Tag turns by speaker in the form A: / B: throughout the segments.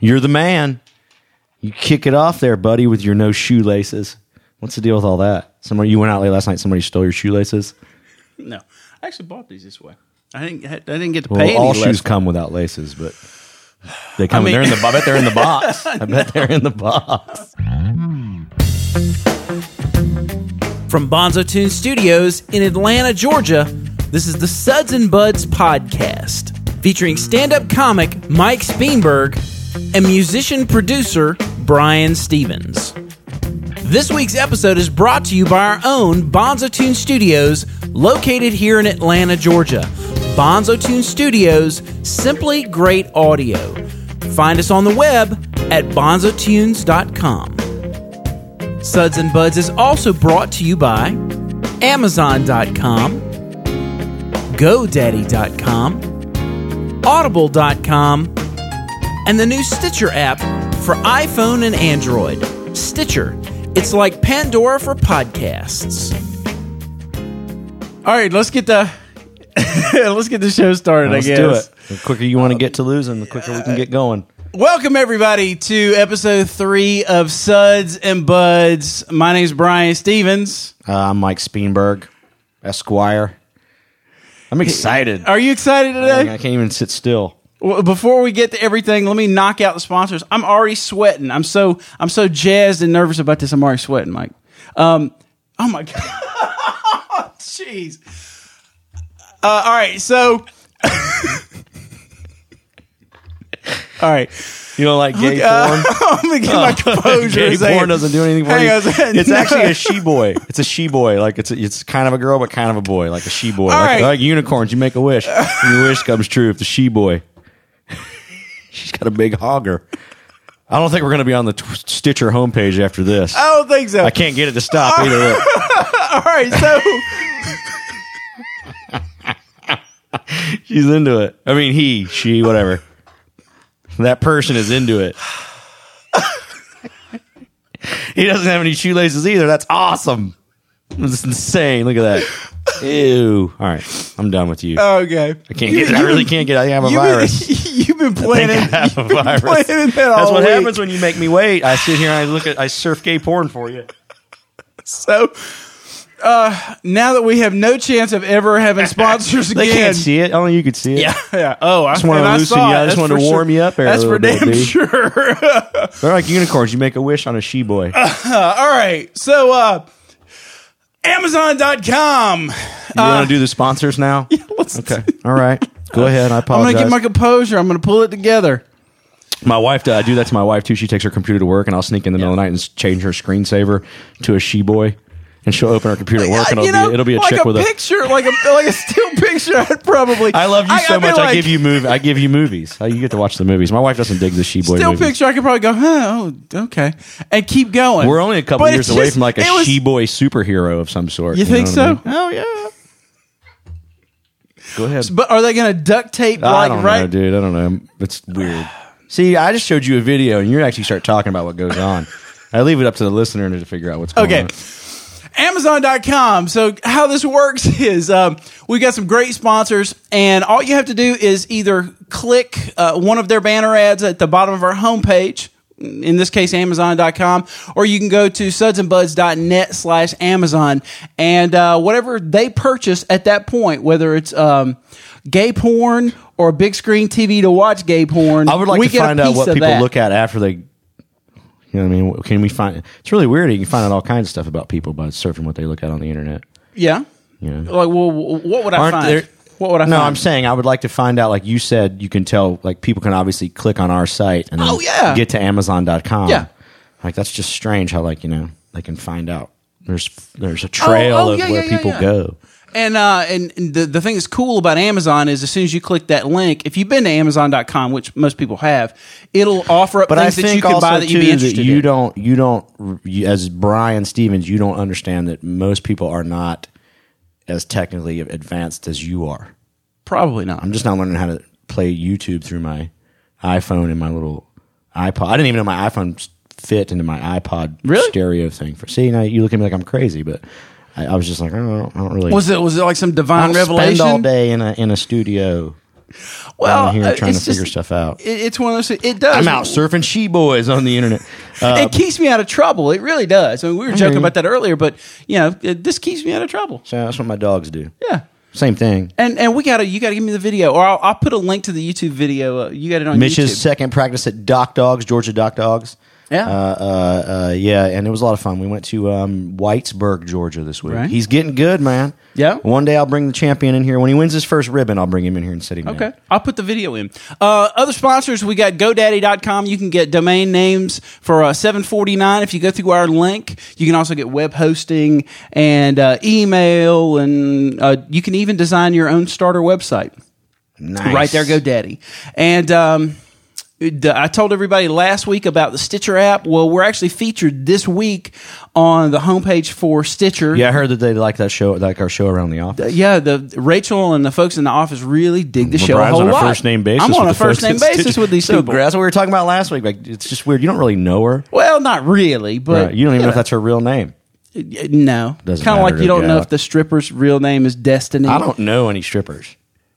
A: You're the man. You kick it off there, buddy, with your no shoelaces. What's the deal with all that? Somebody you went out late last night. Somebody stole your shoelaces.
B: No, I actually bought these this way. I didn't. I didn't get to
A: Well,
B: pay
A: all
B: any
A: shoes
B: less.
A: come without laces, but they come.
B: mean-
A: they're in the. I bet they're in the box. I bet they're in the box.
C: From Bonzo Tune Studios in Atlanta, Georgia, this is the Suds and Buds podcast featuring stand up comic Mike Speenberg and musician producer Brian Stevens. This week's episode is brought to you by our own Bonzo Tune Studios located here in Atlanta, Georgia. Bonzo Tune Studios, simply great audio. Find us on the web at bonzotunes.com. Suds and Buds is also brought to you by Amazon.com, GoDaddy.com, Audible.com, and the new Stitcher app for iPhone and Android. Stitcher. It's like Pandora for podcasts.
B: All right, let's get the let's get the show started.
A: Let's
B: I guess. Uh,
A: do it. The quicker you want to get to losing, the quicker we can get going.
B: Welcome everybody to episode three of Suds and Buds. My name's Brian Stevens.
A: Uh, I'm Mike Speenberg, Esquire. I'm excited.
B: Are you excited
A: I
B: today?
A: can't even sit still.
B: Well, Before we get to everything, let me knock out the sponsors. I'm already sweating. I'm so I'm so jazzed and nervous about this. I'm already sweating, Mike. Um, oh my god, jeez. Uh, all right, so. All right,
A: You don't like gay porn?
B: I'm gonna get my composure.
A: gay
B: a second.
A: porn doesn't do anything for
B: Hang
A: you.
B: on a second.
A: It's
B: No.
A: actually a she boy. It's a she boy. Like it's a, it's kind of a girl, but kind of a boy, like a she boy. Like,
B: right.
A: like unicorns, you make a wish, and your wish comes true. If the she boy, she's got a big hogger. I don't think we're going to be on the t- Stitcher homepage after this.
B: I don't think so.
A: I can't get it to stop either. Look.
B: All right, so.
A: She's into it. I mean, he, she, whatever. That person is into it. he doesn't have any shoelaces either. That's awesome. It's insane. Look at that. Ew. All right, I'm done with you.
B: Uh,
A: I
B: Okay. I
A: can't get. I really can't get. I have a
B: You've
A: virus.
B: been, you've been
A: I
B: planning.
A: think I have a
B: you've been
A: virus.
B: planning that
A: That's
B: all
A: what
B: week.
A: happens when you make me wait. I sit here and I look at. I surf gay porn for you.
B: So uh, now that we have no chance of ever having sponsors
A: They
B: again,
A: can't see it. Only you could see it.
B: Yeah, yeah. Oh, I just
A: wanted to loosen you up. I just wanted to warm you up there a
B: That's for
A: little bit,
B: damn
A: B.
B: sure.
A: They're like unicorns. You make a wish on a she boy.
B: Uh, all right. So, uh, Amazon.com.
A: You want to do the sponsors now?
B: Let's-
A: Okay. All right. Go ahead. I
B: I'm
A: apologize.
B: going to get my composure. I'm going to pull it together.
A: My wife, uh, I do that to my wife too. She takes her computer to work, and I'll sneak in the middle of the night and s- change her screensaver to a she boy, and she'll open her computer at work, and
B: Uh,
A: it'll,
B: you know,
A: be, it'll be a
B: like
A: chick
B: a
A: with a.
B: picture, like a like a still picture. I'd probably.
A: I love you so
B: I'd be
A: much. I
B: like,
A: give you movie. I give you movies. Uh, You get to watch the movies. My wife doesn't dig the she boy.
B: still
A: movies.
B: picture. I could probably go, huh, oh, okay, and keep going.
A: We're only a couple
B: But
A: years
B: it's
A: away
B: just-
A: from like a
B: it was-
A: she boy superhero of some sort.
B: You think
A: know
B: so?
A: what I mean? Oh yeah. Go ahead.
B: But are they going to duct tape
A: I
B: like
A: don't
B: right?
A: know, dude. I don't know. It's weird. See, I just showed you a video, and you actually start talking about what goes on. I leave it up to the listener to figure out what's going
B: Okay.
A: on.
B: Amazon.com. So, how this works is um, we got some great sponsors, and all you have to do is either click uh, one of their banner ads at the bottom of our homepage, in this case, Amazon.com, or you can go to sudsandbuds.net slash Amazon, and uh, whatever they purchase at that point, whether it's um, gay porn or a big screen TV to watch gay porn,
A: I would like
B: we
A: to
B: get a
A: find out
B: piece
A: what
B: of
A: people
B: that.
A: look at after they. You know what I mean? Can we find? It's really weird. You can find out all kinds of stuff about people by surfing what they look at on the internet.
B: Yeah.
A: Yeah.
B: Like, well, what would I find? what would I
A: No,
B: find?
A: I'm saying I would like to find out. Like you said, you can tell. Like people can obviously click on our site and then
B: Oh, yeah.
A: get to Amazon.com.
B: Yeah.
A: like that's just strange. How like you know they can find out. There's there's a trail
B: oh,
A: of
B: yeah,
A: where
B: yeah, yeah,
A: people
B: yeah.
A: go.
B: And uh, and and the the thing that's cool about Amazon is as soon as you click that link, if you've been to Amazon.com, which most people have, it'll offer up
A: But I
B: things that you
A: think
B: can
A: also
B: buy that you'd
A: too
B: be
A: that
B: interested
A: you
B: in.
A: don't you don't you, as Brian Stevens you don't understand that most people are not as technically advanced as you are.
B: Probably not.
A: I'm just not learning how to play YouTube through my iPhone and my little iPod. I didn't even know my iPhone fit into my iPod
B: Really?
A: stereo thing. For see now you look at me like I'm crazy, but I, I was just like I don't, I don't really
B: Was it was it like some
A: I
B: divine
A: don't spend
B: revelation?
A: all day in a in a studio.
B: Well,
A: I'm here
B: uh,
A: trying to
B: it's just-
A: figure stuff out.
B: It, it's one of those. It does.
A: I'm out surfing she boys on the internet. Uh,
B: it keeps me out of trouble. It really does. I mean, we were joking about that earlier, but you know, it, this keeps me out of trouble.
A: so that's what my dogs do.
B: Yeah.
A: Same thing.
B: And and we gotta you gotta give me the video, or I'll, I'll put a link to the YouTube video. Uh, you got it on
A: Mitch's
B: YouTube.
A: second practice at Doc Dogs, Georgia Doc Dogs.
B: Yeah.
A: Uh, uh, uh, yeah, and it was a lot of fun. We went to um, Whitesburg, Georgia this week.
B: Right.
A: He's getting good, man.
B: Yeah?
A: One day I'll bring the champion in here. When he wins his first ribbon, I'll bring him in here and sit him
B: Okay, I'll put the video in. Uh, other sponsors, we got GoDaddy.com. You can get domain names for uh, seven forty nine if you go through our link. You can also get web hosting and uh, email, and uh, you can even design your own starter website.
A: In. Nice.
B: Right there, GoDaddy. And um, the- I told everybody last week about the Stitcher app. Well, we're actually featured this week on the homepage for Stitcher.
A: Yeah, I heard that they like that show, like our show around the office.
B: Yeah, the Rachel and the folks in the office really dig the show a
A: Brian's
B: whole
A: on a
B: lot.
A: first name basis.
B: I'm on a
A: with the
B: first name
A: folks at
B: basis
A: Stitcher.
B: with these
A: so,
B: people.
A: That's what we were talking about last week. Like, it's just weird. You don't really know her.
B: Well, not really, but
A: Right. You don't even know if that's her real name.
B: that's no.
A: Doesn't
B: Kind of
A: matter
B: like
A: to
B: you don't
A: Jack.
B: know if the stripper's real name is Destiny.
A: I don't know any strippers.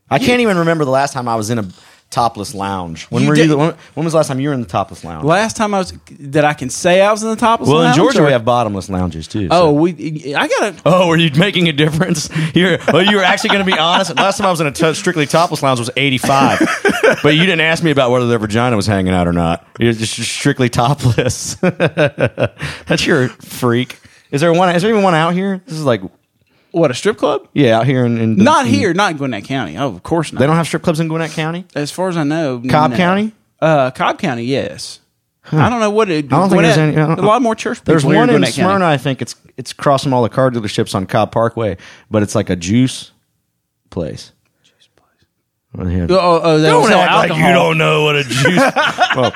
A: I can't even remember the last time I was in a topless lounge. When
B: You
A: were
B: did-
A: you? The, when, when was the last time you were in the topless lounge?
B: Last time I was that I can say I was in the top.
A: well, in Georgia we have bottomless lounges too.
B: Oh,
A: so-
B: we. I gotta.
A: Oh, are you making a difference? You're, well, you were actually going to be honest. Last time I was in a to- strictly topless lounge was 85. but you didn't ask me about whether their vagina was hanging out or not. You're just strictly topless. That's your freak. Is there one? Is there even one out here? This is like,
B: What a strip club?
A: yeah, out here in. in
B: Not here, not in Gwinnett County. Oh, of course not.
A: They don't have strip clubs in Gwinnett County?
B: as far as I know,
A: Cobb
B: no.
A: County?
B: Uh, Cobb County, yes. I don't know what it.
A: I don't think
B: Gwinnett-
A: there's any. I don't-
B: a lot more church people.
A: There's
B: here
A: one in
B: Gwinnett County.
A: Smyrna. I think it's it's crossing all the car dealerships on Cobb Parkway, but it's like a juice place. Juice place.
B: Oh, oh, oh, they don't, sell alcohol.
A: know what a juice. well,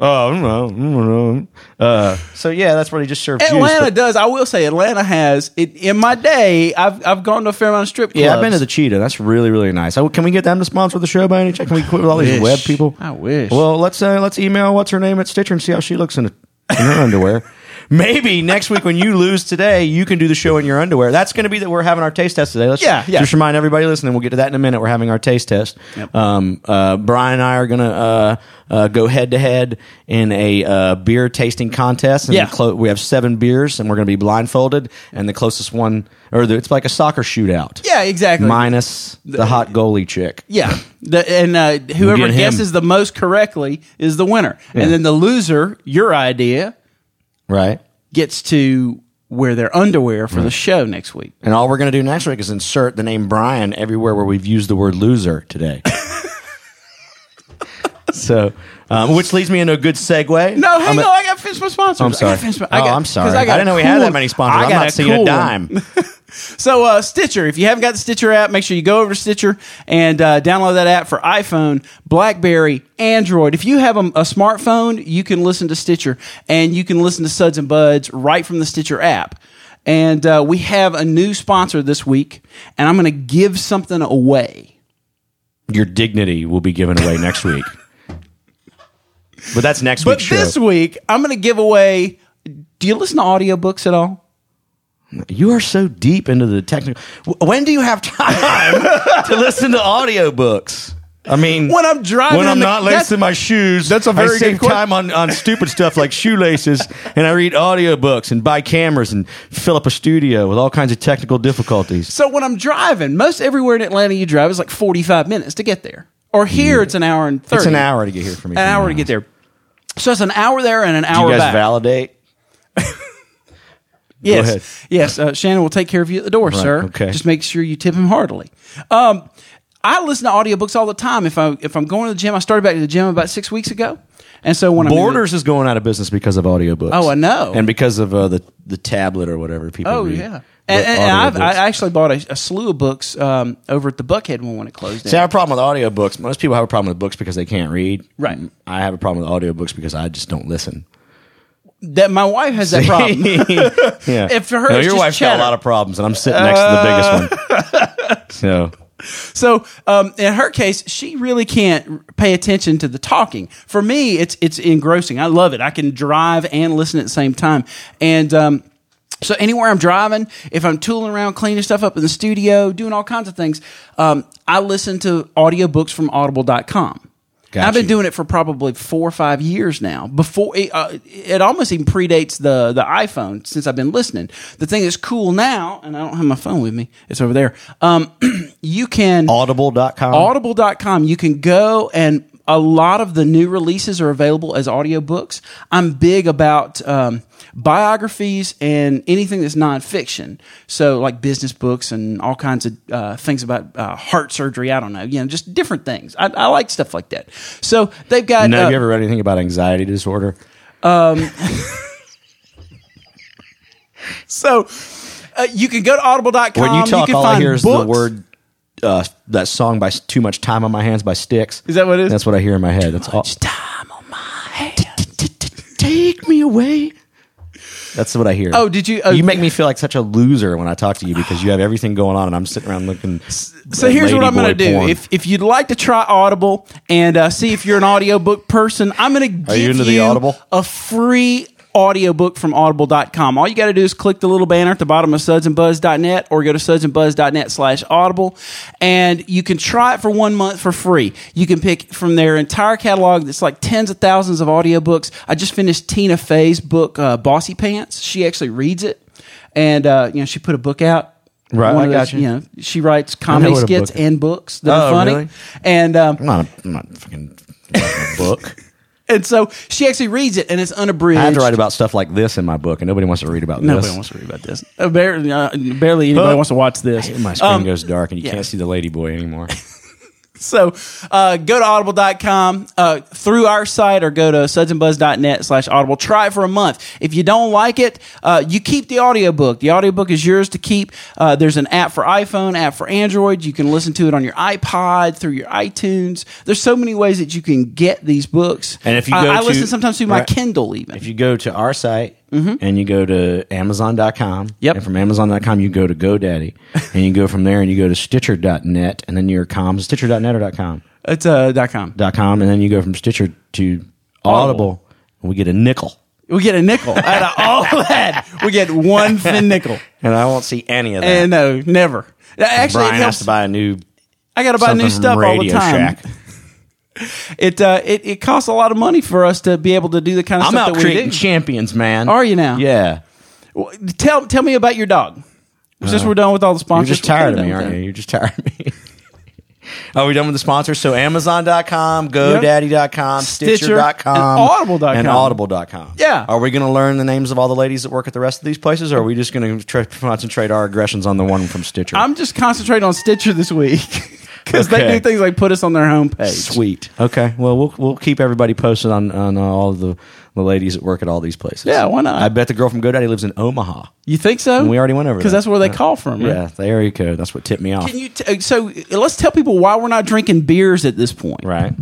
A: oh, I don't know, I don't know. Uh, so yeah, that's what he just served.
B: Atlanta
A: juice, but-
B: does. I will say Atlanta has it. In my day, I've I've gone to a fair amount of strip clubs.
A: yeah, I've been to the Cheetah. That's really really nice. I, can we get them to sponsor the show by any chance? Can we quit with all these
B: Wish.
A: web people?
B: I wish.
A: Well, let's uh, let's email what's her name at Stitcher and see how she looks in, in her underwear. Maybe next week when you lose today, you can do the show in your underwear. That's going to be that we're having our taste test today. Let's
B: Yeah, yeah.
A: just remind everybody listening. We'll get to that in a minute. We're having our taste test.
B: Yep.
A: Um, uh, Brian and I are going to uh, uh, go head to head in a uh, beer tasting contest. And
B: Yeah.
A: clo- we have seven beers, and we're going to be blindfolded, and the closest one, or the, it's like a soccer shootout.
B: Yeah, exactly.
A: Minus the hot goalie chick.
B: yeah, the, and uh, whoever
A: get him.
B: guesses the most correctly is the winner, and then the loser, your idea,
A: Right.
B: gets to wear their underwear for the show next week.
A: And all we're going to do next week is insert the name Brian everywhere where we've used the word loser today. so, um, which leads me into a good segue.
B: No, hang
A: I'm a-
B: on. I got to finish my sponsors.
A: I'm sorry.
B: I gotta finish my-
A: oh,
B: got-
A: I'm sorry.
B: 'cause
A: I,
B: got
A: didn't know we
B: cool
A: had
B: one.
A: that many
B: I
A: sponsors. I'm
B: got
A: not seeing
B: cool
A: a
B: one.
A: dime.
B: So uh, Stitcher, if you haven't got the Stitcher app, make sure you go over to Stitcher and uh, download that app for iPhone, BlackBerry, Android. If you have a, a smartphone, you can listen to Stitcher and you can listen to Suds and Buds right from the Stitcher app. And uh, we have a new sponsor this week, and I'm going to give something away.
A: Your dignity will be given away next week. But that's next
B: But
A: week's
B: this
A: show.
B: week, I'm going to give away. Do you listen to audiobooks at all?
A: You are so deep into the technical. W- When do you have time to listen to audiobooks? I mean,
B: When I'm driving
A: when
B: in
A: I'm
B: the-
A: not
B: that's-
A: lacing my shoes,
B: that's a very
A: I
B: good
A: save
B: que-
A: time on, on stupid stuff like shoelaces, and I read audiobooks and buy cameras and fill up a studio with all kinds of technical difficulties.
B: So when I'm driving, most everywhere in Atlanta you drive is like 45 minutes to get there. Or here, it's an hour and 30.
A: It's an hour to get here for me.
B: An hour to get there. So it's an hour there and an
A: You
B: hour
A: guys
B: back.
A: validate.
B: yes,
A: ahead.
B: yes. Uh, Shannon will take care of you at the door, sir.
A: okay.
B: Just make sure you tip him heartily. Um, I listen to audiobooks all the time. If I if I'm going to the gym, I started back to the gym about six weeks ago, and so when I'm in the-
A: Borders is going out of business because of audiobooks.
B: Oh, I know.
A: and because of uh, the the tablet or whatever people.
B: Oh
A: read.
B: yeah.
A: But
B: And, and, and I've, I
A: audiobooks-
B: actually bought a, a slew of books um, over at the Buckhead when, when it closed.
A: See, I
B: down.
A: have a problem with audiobooks. Most people have a problem with books because they can't read. Mm,
B: Right.
A: I have a problem with audiobooks because I just don't listen.
B: that my wife has that problem.
A: yeah.
B: If for her,
A: No,
B: it's
A: your
B: just
A: wife's got
B: chatter.
A: a lot of problems, and I'm sitting next to the biggest one. So
B: So um, in her case, she really can't pay attention to the talking. For me, it's it's engrossing. I love it. I can drive and listen at the same time. And um, So anywhere I'm driving, if I'm tooling around, cleaning stuff up in the studio, doing all kinds of things, um, I listen to audiobooks from audible.com.
A: Got
B: I've been
A: you.
B: doing it for probably four or five years now. Before it, uh, it almost even predates the the iPhone since I've been listening. The thing that's cool now, and I don't have my phone with me; it's over there. Um, you can
A: Audible.com.
B: audible.com you can go and a lot of the new releases are available as audiobooks i'm big about um, biographies and anything that's nonfiction so like business books and all kinds of uh, things about uh, heart surgery i don't know you know just different things i, I like stuff like that so they've got
A: now,
B: uh,
A: have you ever read anything about anxiety disorder?
B: so uh, you can go to audible.com
A: When you talk,
B: can
A: all I
B: find
A: hear is the
B: books.
A: word. Uh, that song by Too Much Time on My Hands by Sticks.
B: Is that what it is?
A: That's what I hear in my head. That's all.
B: time on my
A: Take me away. That's what I hear.
B: Oh, did you- oh.
A: you make me feel like such a loser when I talk to you because you have everything going on, and I'm sitting around looking.
B: So here's what I'm going to do. If if you'd like to try Audible and uh, see if you're an audiobook person, I'm going to give
A: you into the Audible?
B: a free audiobook from audible.com. All you got to do is click the little banner at the bottom of sudsandbuzz.net or go to sudsandbuzz.net slash audible and you can try it for one month for free. You can pick from their entire catalog that's like tens of thousands of audiobooks. I just finished Tina Fey's book, uh, Bossy Pants. She actually reads it and, uh, you know, she put a book out.
A: Right,
B: One
A: I
B: of
A: got you.
B: know, she writes comedy
A: what a
B: skits
A: book is.
B: and books that are
A: Oh,
B: funny.
A: really?
B: And
A: I'm
B: um,
A: not, a, I'm not a fucking I'm not a book.
B: and so she actually reads it, and it's unabridged.
A: I have to write about stuff like this in my book, and nobody wants to read about
B: Nobody
A: this.
B: wants to read about this. Uh, barely, uh, barely anybody
A: Huh.
B: wants to watch this. Uh,
A: my screen goes dark, and you
B: Um, yeah.
A: can't see the lady boy anymore.
B: So uh, go to audible.com uh, through our site or go to sudsandbuzz.net slash audible. Try it for a month. If you don't like it, uh, you keep the audiobook. The audiobook is yours to keep. Uh, there's an app for iPhone, app for Android. You can listen to it on your iPod, through your iTunes. There's so many ways that you can get these books.
A: And if you
B: I-
A: go
B: I,
A: to-
B: listen sometimes to my
A: right.
B: Kindle even.
A: if you go to our site and you go to amazon.com
B: Mm-hmm. Yep.
A: and from amazon.com you go to godaddy and you go from there and you go to stitcher.net and then your com stitcher.net or .com
B: it's uh, dot .com.
A: dot .com and then you go from stitcher to audible, and we get a nickel
B: We get a nickel out of all that. We get one fin nickel.
A: and I won't see any of that.
B: And no, never. Actually, it
A: Brian has
B: helps.
A: to buy a new
B: I got to buy
A: something
B: new
A: from
B: stuff all the
A: Radio
B: time.
A: Shack.
B: It, uh, it it costs a lot of money for us to be able to do the kind of
A: I'm
B: stuff
A: out
B: that we
A: creating
B: do.
A: champions, man.
B: Are you now?
A: Yeah.
B: Well, tell tell me about your dog. Since we're done with all the
A: Oh. You're
B: sponsors,
A: just
B: we're
A: tired of
B: kinda
A: me,
B: done with
A: aren't you?
B: that.
A: You're just tired of me. Are we done with the sponsors? So Amazon.com, GoDaddy.com,
B: Stitcher,
A: Stitcher.com,
B: and Audible.com.
A: And Audible.com.
B: Yeah.
A: Are we going to learn the names of all the ladies that work at the rest of these places, or are we just going to try concentrate our aggressions on the one from Stitcher?
B: I'm just concentrating on Stitcher this week because they
A: Okay.
B: do things like put us on their homepage.
A: Sweet. Okay. Well, we'll we'll keep everybody posted on on uh, all the the ladies that work at all these places.
B: Yeah, why not?
A: I bet the girl from GoDaddy lives in Omaha.
B: You think so?
A: We already went over
B: because
A: that.
B: that's where they
A: Yeah.
B: call from. Right?
A: Yeah, the area code. That's what tipped me off.
B: Can you t- uh, so let's tell people why we're not drinking beers at this point.
A: right.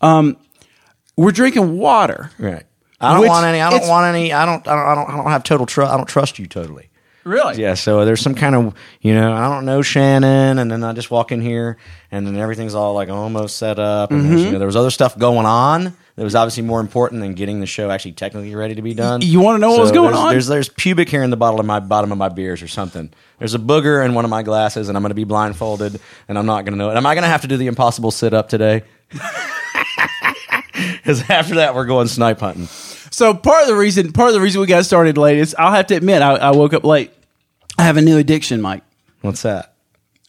B: We're drinking water.
A: Right. I don't
B: Which-
A: want any. I don't
B: it's-
A: want any. I don't. I don't. I don't, I don't have total trust. I don't trust you totally.
B: Really?
A: Yeah. So there's some kind of you know. I don't know Shannon, and then I just walk in here, and then everything's all like almost set up. And
B: Mm-hmm.
A: there's, you know, there was other stuff going on that was obviously more important than getting the show actually technically ready to be done.
B: you wanna know what was going
A: there's,
B: on?
A: There's there's pubic hair in the bottle of my bottom of my beers or something. There's a booger in one of my glasses, and I'm going to be blindfolded, and I'm not going to know it. Am I going to have to do the impossible sit up today? Because after that, we're going snipe hunting.
B: So part of the reason, part of the reason we got started late is I'll have to admit I, I woke up late. I have a new addiction, Mike.
A: What's that?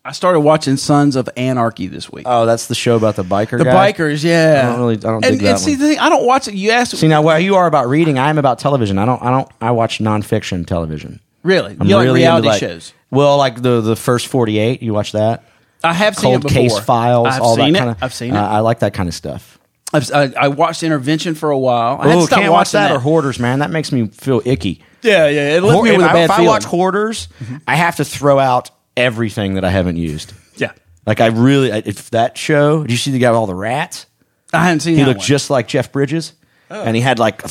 B: I started watching Sons of Anarchy this week.
A: Oh, that's the show about the biker.
B: the
A: guy?
B: bikers, yeah.
A: I don't really- I don't
B: And,
A: dig
B: and
A: that
B: see
A: one.
B: the thing, I don't watch it. You asked
A: See now, where you are about reading, I am about television. I don't. I don't. I watch nonfiction television.
B: really,
A: I'm
B: you like
A: really into,
B: reality
A: like-
B: shows.
A: Well, like the the first forty eight. You watch that?
B: I have seen it
A: Cold
B: before.
A: case files.
B: I've
A: all
B: seen
A: that
B: it.
A: Kinda,
B: I've seen it.
A: Uh, I like that kind of stuff.
B: I've, I, I watched Intervention for a while. I had to
A: Oh,
B: stop
A: can't watch
B: watching
A: that, or Hoarders, man. That makes me feel icky.
B: yeah, yeah. It left
A: Hor-
B: me
A: if
B: with a
A: I,
B: bad
A: if I
B: feeling.
A: watch Hoarders, Mm-hmm. I have to throw out everything that I haven't used.
B: yeah,
A: Like I really, I- if that show, did you see the guy with all the rats?
B: I hadn't seen.
A: He
B: that
A: looked
B: one. Oh.
A: just like Jeff Bridges, and he had like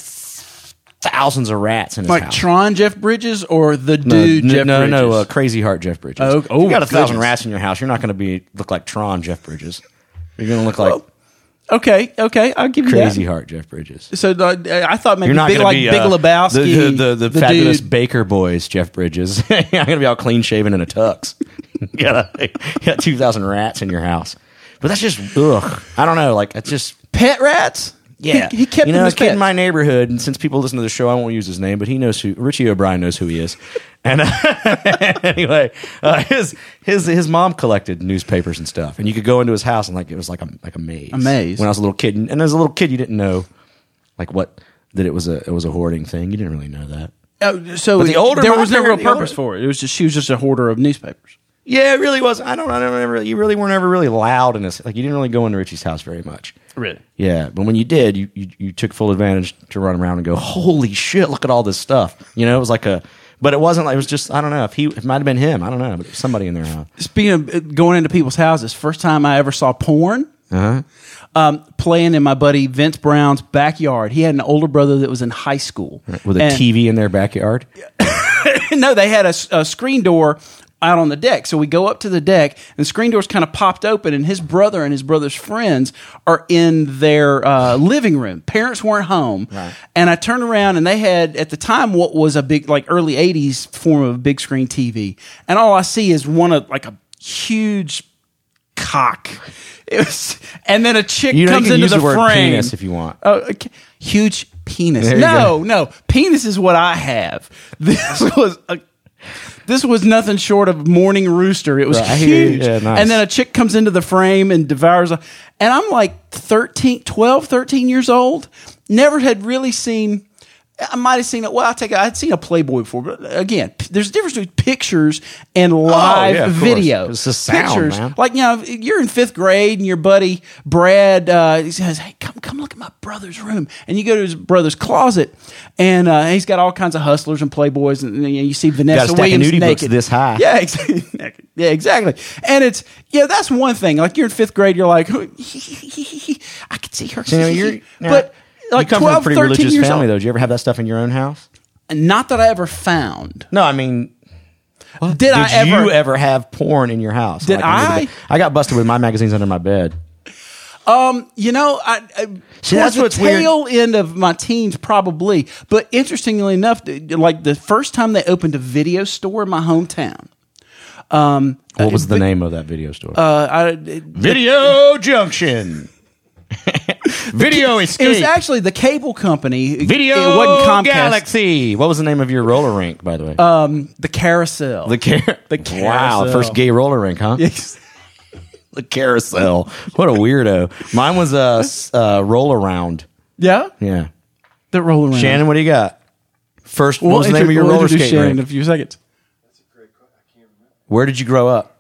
A: thousands of rats in his
B: like
A: house.
B: Tron Jeff Bridges or the
A: No,
B: dude
A: n-
B: Jeff
A: no,
B: Bridges.
A: no, uh, Crazy Heart Jeff Bridges.
B: Oh,
A: If
B: oh,
A: you got a thousand
B: goodness.
A: rats in your house, you're not going to be look like Tron Jeff Bridges. You're going to look like
B: Okay, okay, I'll give you
A: Crazy
B: that.
A: heart, Jeff Bridges.
B: So uh, I thought maybe
A: You're not
B: big,
A: gonna
B: like
A: be
B: Big
A: uh,
B: Lebowski,
A: the, the, the, the
B: the
A: fabulous
B: dude.
A: Baker Boys, Jeff Bridges. You're not gonna be all clean shaven and a tux. you got a, you got two thousand rats in your house, but that's just ugh. I don't know. Like that's just
B: pet rats.
A: yeah.
B: he, he kept
A: you know,
B: them
A: a
B: as
A: kid
B: pets.
A: in my neighborhood, and since people listen to the show, I won't use his name, but he knows who Richie O'Brien knows who he is. And uh, anyway, uh, his his his mom collected newspapers and stuff, and you could go into his house and like it was like a like a maze. A
B: maze.
A: When I was a little kid, and, and as a little kid, you didn't know like what that it was a it was a hoarding thing. You didn't really know that.
B: Oh, so
A: the older
B: there
A: my
B: was no real
A: parents- the older-
B: purpose for it. It was just she was just a hoarder of newspapers.
A: Yeah, it really was. I don't. I don't remember. You really weren't ever really loud in this. Like you didn't really go into Richie's house very much.
B: Really?
A: Yeah, but when you did, you, you you took full advantage to run around and go, "Holy shit! Look at all this stuff!" You know, it was like a, but it wasn't like it was just I don't know if he it might have been him. I don't know, but it was somebody in their house.
B: Speaking of uh, going into people's houses, first time I ever saw porn.
A: Uh-huh.
B: Um, playing in my buddy Vince Brown's backyard. He had an older brother that was in high school
A: with a
B: And-
A: TV in their backyard.
B: no, they had a, s- a screen door out on the deck. So we go up to the deck, and the screen door's kind of popped open, and his brother and his brother's friends are in their uh, living room. Parents weren't home. And I turned around, and they had, at the time, what was a big, like early 80s form of big screen TV. And all I see is one of, like, a huge cock. It was, and then a chick
A: You know, you
B: comes
A: can
B: into
A: use
B: the,
A: the word
B: frame.
A: penis if you want.
B: Oh, okay. huge penis.
A: There you
B: No, no, penis is what I have. This was a, this was nothing short of morning rooster. It was
A: Right.
B: huge.
A: Yeah, nice.
B: And then a chick comes into the frame and devours a, and I'm like 13, 12, 13 years old. Never had really seen I might have seen it. Well, I take it. I'd seen a Playboy before, but again, p- there's a difference between pictures and
A: Oh,
B: live
A: yeah, of course.
B: video.
A: It's the sound,
B: pictures,
A: man.
B: like you know, if you're in fifth grade and your buddy Brad uh, he says, "Hey, come come look at my brother's room," and you go to his brother's closet, and uh, he's got all kinds of hustlers and playboys, and, and you see
A: Got a
B: Vanessa
A: stack of
B: Williams
A: nudie
B: naked.
A: books this high.
B: Yeah, exactly. yeah, exactly. And it's yeah, that's one thing. Like you're in fifth grade, you're like, I could see her,
A: You know, you're,
B: but.
A: now,
B: Like
A: you come
B: 12,
A: from a pretty
B: 13
A: religious
B: years
A: family,
B: old.
A: though. Did you ever have that stuff in your own house?
B: Not that I ever found.
A: No, I mean,
B: Did,
A: did
B: I ever?
A: you ever have porn in your house?
B: Did
A: under the
B: I?
A: bed. I got busted with my magazines under my bed.
B: You know, I, I
A: See,
B: towards
A: that's what's
B: the
A: weird.
B: tail end of my teens, probably. But interestingly enough, th- like the first time they opened a video store in my hometown,
A: What was the name of that video store?
B: uh, I, it,
A: Video Junction. Video Escape.
B: it was actually the cable company. It-
A: Video
B: it wasn't Comcast.
A: Galaxy. What was the name of your roller rink, by the way? Uh,
B: The carousel.
A: the car- the Wow,
B: carousel.
A: first gay roller rink, huh? The carousel. What a weirdo. Mine was a s uh, roll around.
B: yeah,
A: Yeah.
B: the roll around.
A: Shannon, what do you got? First, what
B: We'll
A: was the name
B: intro-
A: of your
B: we'll
A: roller
B: introduce
A: skate
B: Shannon in a
A: rink?
B: few seconds.
A: Where did you grow up?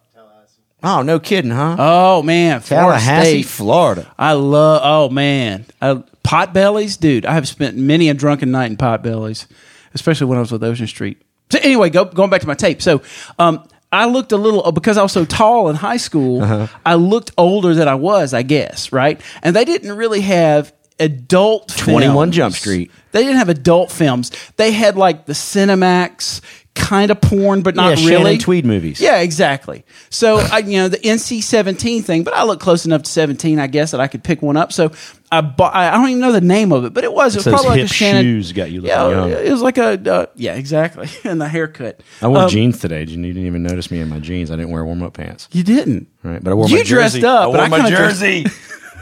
A: Oh, no kidding, huh?
B: Oh man, Florida
A: Tallahassee,
B: State.
A: Florida.
B: I love. Oh man, I, Potbellies, dude. I have spent many a drunken night in Potbellies, especially when I was with Ocean Street. So anyway, go, going back to my tape. So um, I looked a little uh, because I was so tall in high school.
A: Uh-huh.
B: I looked older than I was, I guess. Right, and they didn't really have adult
A: 21
B: films.
A: Jump Street.
B: They didn't have adult films. They had like the Cinemax kind of porn, but not
A: Yeah, Shannon
B: really
A: Tweed movies.
B: Yeah, exactly. So I, you know, the NC seventeen thing, but I looked close enough to seventeen, I guess, that I could pick one up. So I bought. I I don't even know the name of it, but it was. It was
A: Those
B: probably like a
A: hip
B: Shannon.
A: shoes got you looking
B: yeah,
A: young.
B: it was like a uh, yeah, exactly, and the haircut.
A: I wore
B: Um,
A: jeans today. You didn't even notice me in my jeans. I didn't wear warm up pants.
B: You didn't.
A: Right, but I wore
B: You
A: my
B: dressed
A: jersey.
B: up,
A: I
B: but
A: wore
B: I
A: my
B: kinda
A: jersey.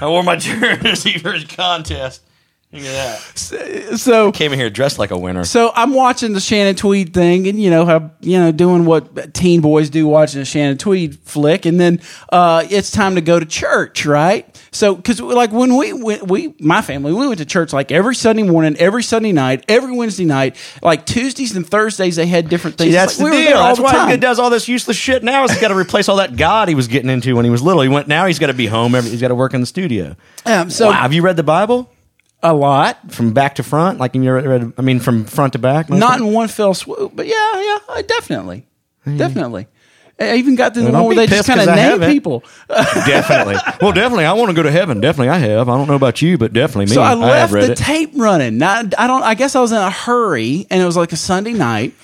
A: I wore my jersey for his contest. Look at that.
B: So
A: Came in here dressed like a winner.
B: So I'm watching the Shannon Tweed thing, and you know, I'm, you know, doing what teen boys do, watching a Shannon Tweed flick, and then uh, it's time to go to church, right? So, because like when we went, we my family we went to church like every Sunday morning, every Sunday night, every Wednesday night, like Tuesdays and Thursdays they had different things.
A: that's
B: Like,
A: the
B: we were
A: deal.
B: there all
A: That's
B: the
A: why
B: time.
A: he does all this useless shit now. Is he's got to replace all that God he was getting into when he was little. He went now. He's got to be home. Every, he's got to work in the studio.
B: Um, so-
A: wow, have you read the Bible
B: a lot.
A: from back to front? Like you read? read- I mean, from front to back. most of
B: Not
A: it?
B: in one fell swoop, but yeah, yeah, I definitely, definitely. I even got to the
A: Well,
B: one
A: don't
B: where
A: be
B: they
A: pissed
B: just kind of
A: 'cause I
B: name
A: haven't.
B: people.
A: definitely. Well, definitely. I want to go to heaven. Definitely, I have. I don't know about you, but definitely me.
B: So I
A: have
B: left
A: read
B: the
A: it.
B: tape running. Now, I don't. I guess I was in a hurry, and it was like a Sunday night.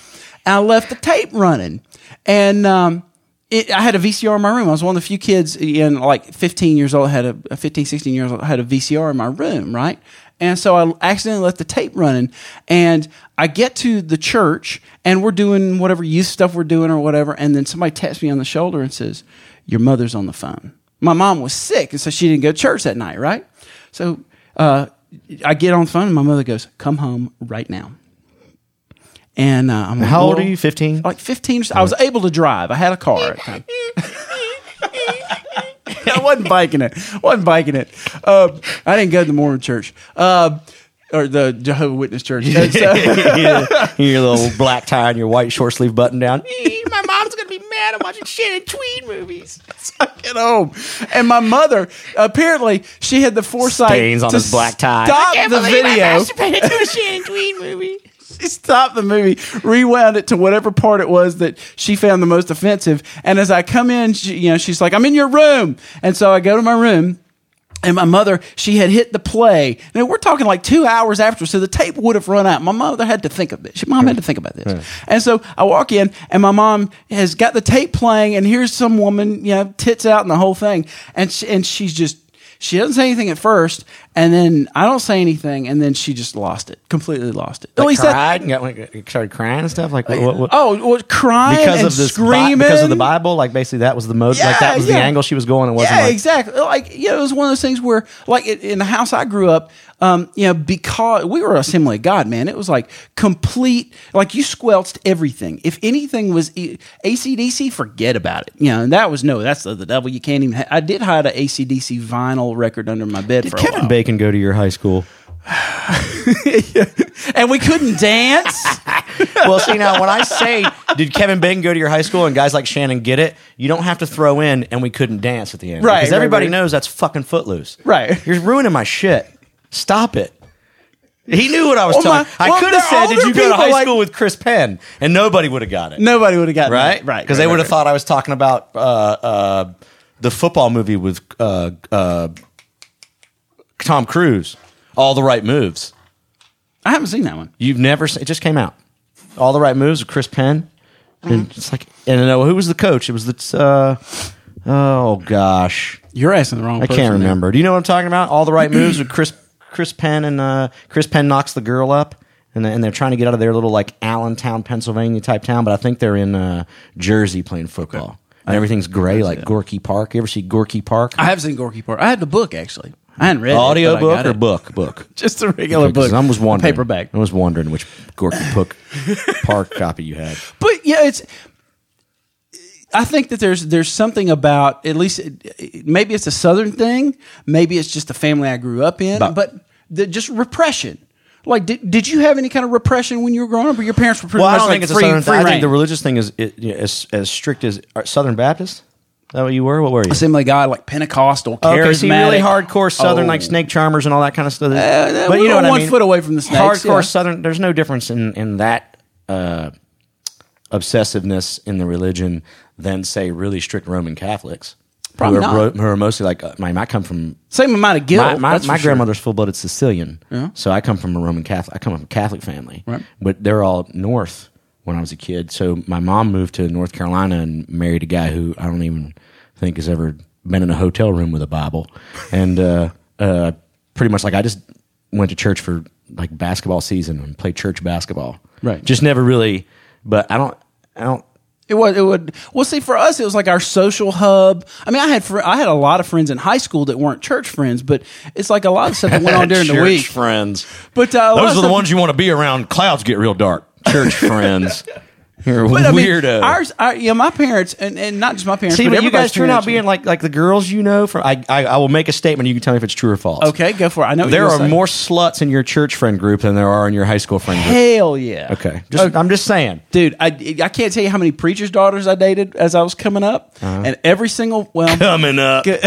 B: And I left the tape running, and um, it, I had a VCR in my room. I was one of the few kids in like 15 years old, had a 15, 16 years old, had a VCR in my room, right? And so I accidentally left the tape running. And I get to the church and we're doing whatever youth stuff we're doing or whatever. And then somebody taps me on the shoulder and says, Your mother's on the phone. My mom was sick. And so she didn't go to church that night, right? So uh, I get on the phone and my mother goes, Come home right now. And uh, I'm like,
A: How old
B: "Well,"
A: are you? 15?
B: Like 15 or so. I was able to drive. I had a car at the time. I wasn't biking it. wasn't biking it. Um, I didn't go to the Mormon church um, or the Jehovah Witness church. And so-
A: your little black tie and your white short sleeve button down.
D: My mom's gonna be mad. I'm watching Shannon Tweed movies.
B: I get home. And my mother, apparently, she had the foresight
A: Stains on
B: to
A: his black tie.
B: stop the video.
D: masturbated to a Shannon Tweed movie.
B: She stopped the movie, rewound it to whatever part it was that she found the most offensive. And as I come in, she, you know, she's like, "I'm in your room," and so I go to my room. And my mother, she had hit the play. Now we're talking like two hours after, so the tape would have run out. My mother had to think of this. Mom had to think about this. And so I walk in, and my mom has got the tape playing, and here's some woman, you know, tits out and the whole thing. And she, and she's just, she doesn't say anything at first, and then I don't say anything, and then she just lost it, completely lost it. at least that,
A: cried and got, like, started crying and stuff. Like, what, what, what?
B: Oh, well, crying
A: because
B: and
A: of this Bi-
B: screaming
A: because of the Bible, like basically that was the mode, like that
B: Yeah,
A: was
B: yeah.
A: the angle she was going. It wasn't
B: Yeah,
A: like
B: exactly. Like you know, it was one of those things where, like i- in the house I grew up, um, you know, because we were a assembly of God, man, it was like complete. Like you squelched everything. If anything was e- ACDC, forget about it. You know, and that was no, that's the, the devil. You can't even. Ha- I did hide an ACDC vinyl record under my bed for a
A: Kevin
B: while.
A: Bacon go to your high school.
B: and we couldn't dance.
A: well, see now when I say did Kevin Bacon go to your high school and guys like Shannon get it, you don't have to throw in and we couldn't dance at the end,
B: Right,
A: Because
B: right,
A: everybody
B: right.
A: knows that's fucking footloose,
B: Right.
A: You're ruining my shit. Stop it. He knew what I was
B: Well,
A: telling.
B: my-
A: I
B: well,
A: could
B: they're
A: have said, "Did
B: older
A: you go to
B: people,
A: high
B: like-
A: school with Chris Penn?" And nobody would have got it.
B: Nobody would have gotten
A: right?
B: it. right,
A: Because they
B: right,
A: would
B: right,
A: have thought I was talking about uh, uh, the football movie with uh, uh, Tom Cruise, All the Right Moves.
B: I haven't seen that one.
A: You've never seen it, just came out. All the Right Moves with Chris Penn.
B: Mm-hmm.
A: And it's like, and I know who was the coach? It was the, uh, oh gosh,
B: You're asking the wrong.
A: I
B: person
A: can't
B: there.
A: remember. Do you know what I'm talking about? All the Right Moves with Chris Chris Penn and uh, Chris Penn knocks the girl up. And, they- and they're trying to get out of their little like Allentown, Pennsylvania type town, but I think they're in uh, Jersey playing football. And everything's gray, like Gorky Park. You ever see Gorky Park?
B: I have seen Gorky Park. I had the book actually. I hadn't read it,
A: Audio
B: but I
A: book
B: got
A: or
B: it.
A: book? Book.
B: Just a regular book.
A: Because I was
B: a
A: wondering.
B: paperback.
A: I was wondering which Gorky Park Park copy you had.
B: But yeah, it's. I think that there's there's something about at least maybe it's a southern thing, maybe it's just the family I grew up in,
A: But-
B: but, the, just repression. Like, did, did you have any kind of repression when you were growing up, or your parents were pretty
A: Well, I
B: much
A: don't
B: like
A: think it's
B: free,
A: a southern
B: free
A: thing. I
B: reign?
A: think the religious thing is it, you know, as as strict as are Southern Baptist. Is that what you were? What were you?
B: Assembly of God, like Pentecostal, charismatic,
A: Okay, so you're really hardcore Southern,
B: Oh.
A: like snake charmers and all that kind of stuff.
B: uh, we were one foot away from the snakes,
A: Hardcore
B: yeah.
A: Southern. There's no difference in in that uh, obsessiveness in the religion than say really strict Roman Catholics.
B: Probably
A: who, are
B: not.
A: bro- who are mostly like uh, my. my- I come from
B: Same amount of guilt.
A: my, my,
B: that's
A: my
B: for sure.
A: grandmother's full blooded Sicilian. So I come from a Roman Catholic. I come from a Catholic family.
B: Right.
A: But they're all up north when I was a kid. So my mom moved to North Carolina and married a guy who I don't even think has ever been in a hotel room with a Bible. And uh, uh, pretty much like I just went to church for like basketball season and played church basketball.
B: Right.
A: Just never really, but I don't, I don't,
B: It was. It would. Well, see, for us, it was like our social hub. I mean, I had fr- I had a lot of friends in high school that weren't church friends, but it's like a lot of stuff that went on during the
A: Church
B: week.
A: friends.
B: But uh, a lot of
A: Those are the
B: stuff-
A: ones you want to be around. Clouds get real dark. Church friends. You're a
B: But, I mean,
A: weirdo.
B: ours, our, yeah, my parents, and, and not just my parents.
A: See,
B: but
A: but you guys
B: everybody's
A: turn out
B: parents
A: being
B: were-
A: like like the girls you know. From I, I, I will make a statement. You can tell me if it's true or false.
B: okay. Go for it. I know what
A: There
B: you're
A: are
B: saying.
A: more sluts in your church friend group than there are in your high school friend group.
B: Hell yeah.
A: Okay, just, Oh, I'm just saying.
B: Oh, Dude, I, I can't tell you how many preachers' daughters I dated as I was coming up,
A: Uh-huh.
B: and every single well,
A: Coming up. Good,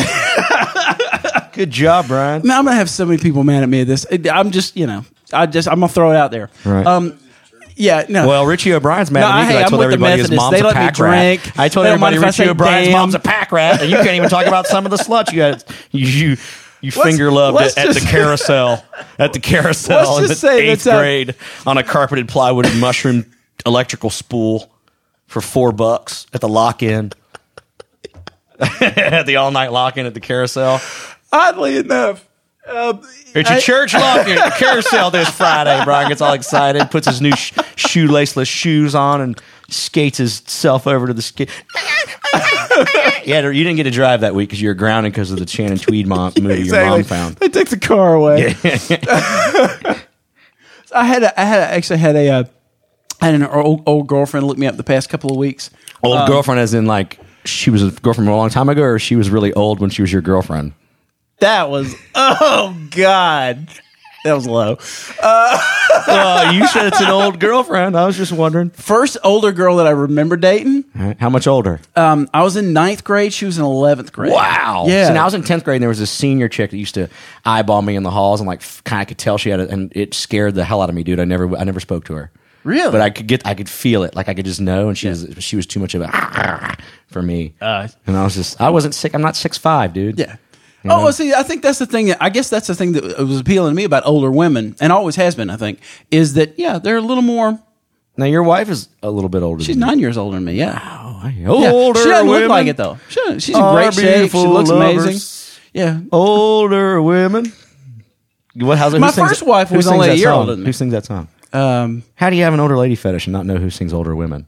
A: Good job, Brian.
B: Man, I'm gonna have so many people mad at me at this. I'm just, you know, I just, I'm gonna throw it out there.
A: Right.
B: Um, yeah, no.
A: Well, Richie O'Brien's mad
B: No,
A: at me. 'cause
B: hey,
A: I
B: I'm
A: told
B: with the
A: everybody his
B: Methodists.
A: mom's
B: They
A: a
B: let me
A: pack
B: drink.
A: rat. I told
B: They don't
A: everybody
B: mind if I
A: Richie
B: say
A: O'Brien's
B: damn.
A: mom's a pack rat, and you can't even talk about some of the sluts you had. You you, you finger loved
B: let's
A: it at the
B: just-
A: carousel at the carousel
B: Let's
A: in
B: just
A: the
B: say
A: eighth
B: that's a-
A: grade on a carpeted plywood and mushroom electrical spool for four bucks at the lock in. at the all night lock in at the carousel.
B: Oddly enough, uh,
A: It's your church lock in at the carousel this Friday. Brian gets all excited, puts his new sh- shoelaceless shoes on, and skates himself over to the skate. yeah, you didn't get to drive that week because you were grounded because of the Chan and Tweed mom- movie your mom found.
B: They took the car away. I had a, I had a, actually had a uh, I had an old, old girlfriend look me up the past couple of weeks.
A: Old girlfriend, as in like she was a girlfriend a long time ago, or she was really old when she was your girlfriend.
B: That was oh god, that was low.
A: Oh, you said it's an old girlfriend. I was just wondering
B: First older girl that I remember dating.
A: how much older.
B: Um, I was in ninth grade. She was in eleventh grade.
A: Wow.
B: Yeah.
A: So now I was in 10th grade and there was this senior chick that used to eyeball me in the halls and like kind of could tell she had it and it scared the hell out of me, dude. I never I never spoke to her.
B: Really?
A: But I could get I could feel it. Like I could just know and she was she was too much of a for me.
B: Uh,
A: and I was just I wasn't sick. I'm not 6'5", dude.
B: Yeah. Oh, well, see, I think that's the thing. That, I guess that's the thing that was appealing to me about older women, and always has been. I think is that yeah, they're a little more.
A: Now your wife is a little bit older.
B: She's
A: than
B: nine years older than me. Yeah,
A: You.
B: Yeah.
A: Older
B: She doesn't
A: women.
B: look like it though. She, she's in
A: Our
B: great shape. She
A: beautiful
B: looks
A: lovers.
B: amazing. Yeah.
A: Older women. What, how's it,
B: My
A: who sings
B: first
A: it-
B: wife
A: who
B: was
A: sings
B: only a
A: that
B: year
A: song?
B: older than me.
A: Who sings that song?
B: Um,
A: How do you have an older lady fetish and not know who sings older women?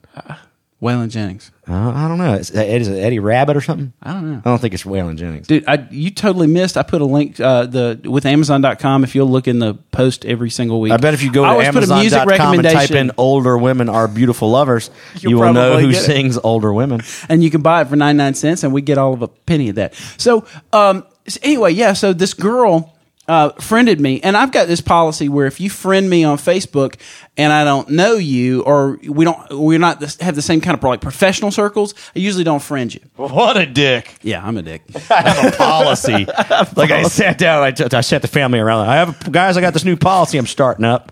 B: Waylon Jennings.
A: Uh, I don't know. Is, is it Eddie Rabbit or something? I
B: don't know.
A: I don't think it's Waylon Jennings.
B: Dude, I, you totally missed. I put a link uh, the with Amazon.com. If you'll look in the post every single week,
A: I bet if you go
B: I
A: to
B: always put a music
A: Amazon.com and type
B: recommendation,
A: in "older women are beautiful lovers,"
B: You'll
A: you will know
B: probably
A: who
B: get it.
A: sings "older women."
B: and you can buy it for 99 cents and we get all of a penny of that so um so anyway yeah so this girl uh, friended me and i've got this policy where if you friend me on facebook and i don't know you or we don't we're not this, have the same kind of like professional circles i usually don't friend you
A: What a dick!
B: yeah i'm a dick
A: I have a policy. like I sat down, I, t- I sat the family around. I have a, guys. I got this new policy I'm starting up.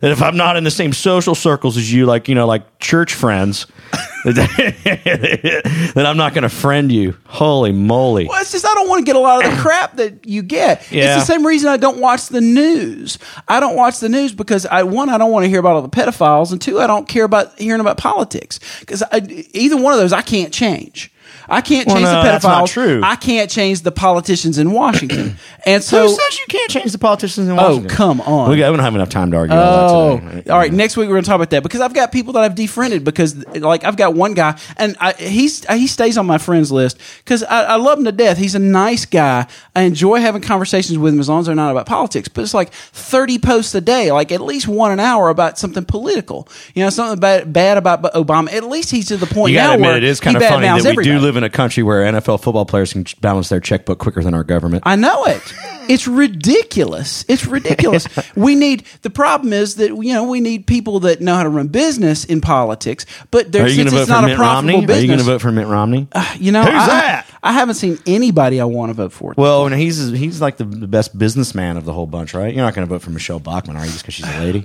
A: That if I'm not in the same social circles as you, like you know, like church friends, that I'm not going to friend you. Holy moly!
B: Well, it's just I don't want to get a lot of the crap that you get.
A: Yeah.
B: It's the same reason I don't watch the news. I don't watch the news because I one I don't want to hear about all the pedophiles, and two I don't care about hearing about politics because either one of those I can't change. I can't
A: Well,
B: change
A: no,
B: the pedophiles.
A: that's not true.
B: I can't change the politicians in Washington, and so.
A: Who says you can't change the politicians in
B: Oh,
A: Washington?
B: come on.
A: We, got- we don't have enough time to argue all
B: Oh,
A: that today.
B: all right. Next week we're going to talk about that because I've got people that I've defriended because, like, I've got one guy and I, he's he stays on my friends list because I, I love him to death. He's a nice guy. I enjoy having conversations with him as long as they're not about politics. But it's like thirty posts a day, like at least one an hour about something political. You know, something bad, bad about Obama. At least he's to the point
A: You
B: now
A: gotta admit,
B: where
A: it is
B: he
A: kind of funny that
B: badmouths
A: we
B: everybody.
A: do live in a country where NFL football players can balance their checkbook quicker than our government.
B: I know it. It's ridiculous. It's ridiculous. we need the problem is that you know we need people that know how to run business in politics, but there,
A: Are you going
B: since
A: to vote
B: it's
A: for
B: not a
A: Mitt
B: profitable
A: Romney? Are
B: business,
A: you going to vote for Mitt Romney?
B: you know,
A: Who's
B: I,
A: that?
B: I haven't seen anybody I want to vote for.
A: well, and he's he's like the, the best businessman of the whole bunch, right? You're not going to vote for Michelle Bachmann, are you? Just because she's a lady?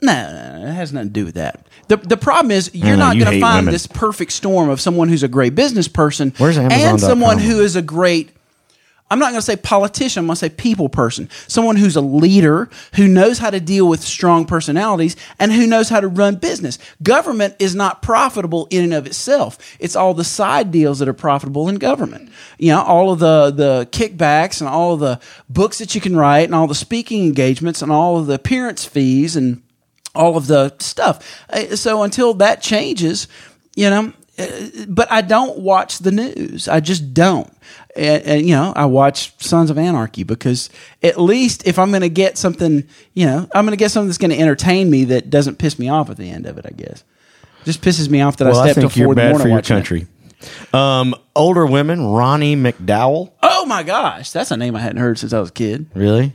B: No, no, no, it has nothing to do with that. the The problem is you're
A: Mm,
B: not
A: you
B: going to
A: hate
B: find
A: women.
B: this perfect storm of someone who's a great business person
A: Where's Amazon.com?
B: and someone who is a great. I'm not going to say politician. I'm going to say people person. Someone who's a leader who knows how to deal with strong personalities and who knows how to run business. Government is not profitable in and of itself. It's all the side deals that are profitable in government. You know, all of the the kickbacks and all of the books that you can write and all the speaking engagements and all of the appearance fees and all of the stuff. Uh, So until that changes, you know, uh, but I don't watch the news. I just don't. And, and, you know, I watch Sons of Anarchy because at least if I'm going to get something, you know, I'm going to get something that's going to entertain me that doesn't piss me off at the end of it. I guess just pisses me off that
A: Well,
B: I
A: I
B: stepped
A: think
B: up 4
A: you're
B: in the
A: bad
B: morning
A: for your
B: watching it.
A: country. Um, older women, Ronnie McDowell.
B: Oh my gosh, that's a name I hadn't heard since I was a kid.
A: Really?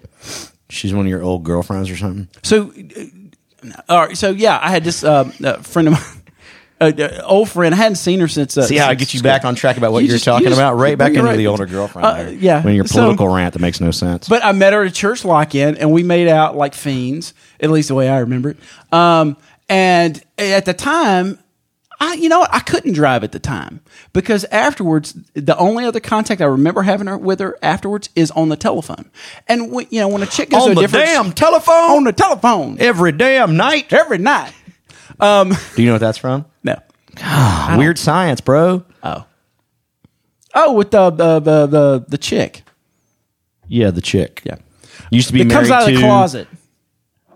A: She's one of your old girlfriends or something?
B: So, uh, all right. So yeah, I had this uh, uh, friend of mine. Uh, old friend, I hadn't seen her since. Uh,
A: See how I
B: since
A: get you
B: school.
A: back on track about what
B: You
A: you are
B: just- you
A: talking
B: just-
A: about? Right back
B: you're
A: into
B: right.
A: the older girlfriend.
B: Uh,
A: there.
B: yeah.
A: When your
B: So-
A: political rant that makes no sense.
B: But I met her at a church lock in and we made out like fiends, at least the way I remember it. Um, and at the time, I, you know what? I couldn't drive at the time because afterwards, the only other contact I remember having her with her afterwards is on the telephone. And when, you know, when a chick goes
A: on
B: to a
A: the
B: different
A: damn telephone
B: on the telephone
A: every damn night.
B: every night. Um,
A: Do you know what that's from?
B: no.
A: Weird science, bro.
B: Oh. Oh, with the the the, the, the chick.
A: Yeah, the chick.
B: Yeah.
A: Used to be
B: It
A: married
B: comes out of
A: to
B: the closet.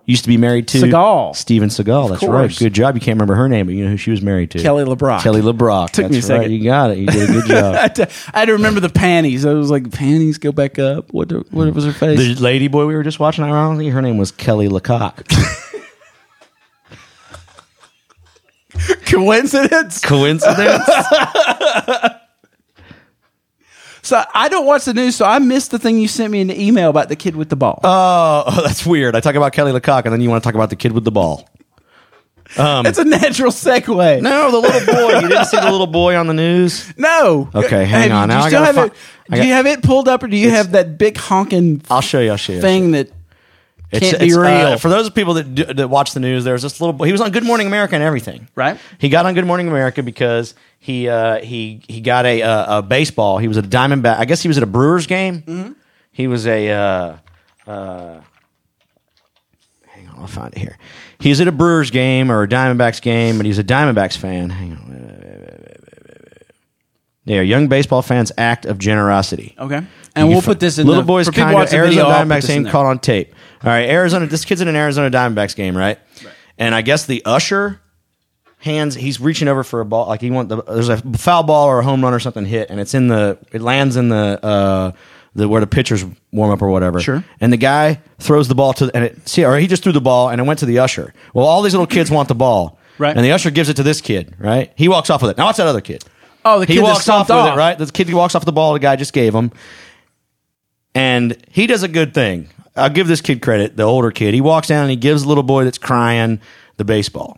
A: Used to be married to
B: Seagal.
A: Steven Seagal. That's right.
B: course.
A: Good job. You can't remember her name, but you know who she was married to.
B: Kelly LeBrock.
A: Kelly LeBrock.
B: Took
A: That's
B: me a second.
A: right. You got it. You did a good
B: I
A: job.
B: had, to, I had to remember the panties. I was like, panties go back up. What do- what was her face?
A: the lady boy we were just watching, ironically, her name was Kelly LeCock.
B: coincidence.
A: Coincidence?
B: So I don't watch the news, so I missed the thing you sent me in the email about the kid with the ball.
A: oh, oh, that's weird. I talk about Kelly LeCock, and then you want to talk about the kid with the ball.
B: it's a natural segue.
A: No, the little boy. You didn't see the little boy on the news?
B: No.
A: Okay, hang
B: Have you-
A: on.
B: Do you
A: Now I
B: still
A: gotta
B: have it?
A: fi- I
B: do you
A: got-
B: have it pulled up, or do you have that big honking
A: I'll show you. I'll show you.
B: thing that? Can't be
A: uh,
B: real.
A: for those people that do, that watch the news, there was this little boy. He was on Good Morning America and everything.
B: Right.
A: He got on Good Morning America because he uh, he he got a, uh a baseball. He was a Diamondback. I guess he was at a Brewers game.
B: Mm-hmm.
A: He was a. Uh, uh, hang on, I'll find it here. He was at a Brewers game or a Diamondbacks game, but he was a Diamondbacks fan. Hang on. Yeah, young baseball fans' act of generosity.
B: Okay. And we'll put this in
A: Little
B: the,
A: boys
B: for people
A: kind of
B: watching the
A: Arizona
B: video, I'll put
A: Diamondbacks
B: this in
A: game
B: there.
A: caught on tape. All right, Arizona. This kid's in an Arizona Diamondbacks game, right? And I guess the usher hands. He's reaching over for a ball, like he want the. There's a foul ball or a home run or something hit, and it's in the. It lands in the. uh the, where the pitchers warm up or whatever.
B: Sure.
A: And the guy throws the ball to and it see or he just threw the ball and it went to the usher. Well, all these little kids want the ball.
B: Right.
A: And the usher gives it to this kid, right? He walks off with it. Now what's that other kid?
B: Oh, the
A: he
B: kid that
A: walks off
B: stomped
A: with
B: off.
A: it, right? The kid walks off the ball the guy just gave him. And he does a good thing. I'll give this kid credit, the older kid. He walks down and he gives the little boy that's crying the baseball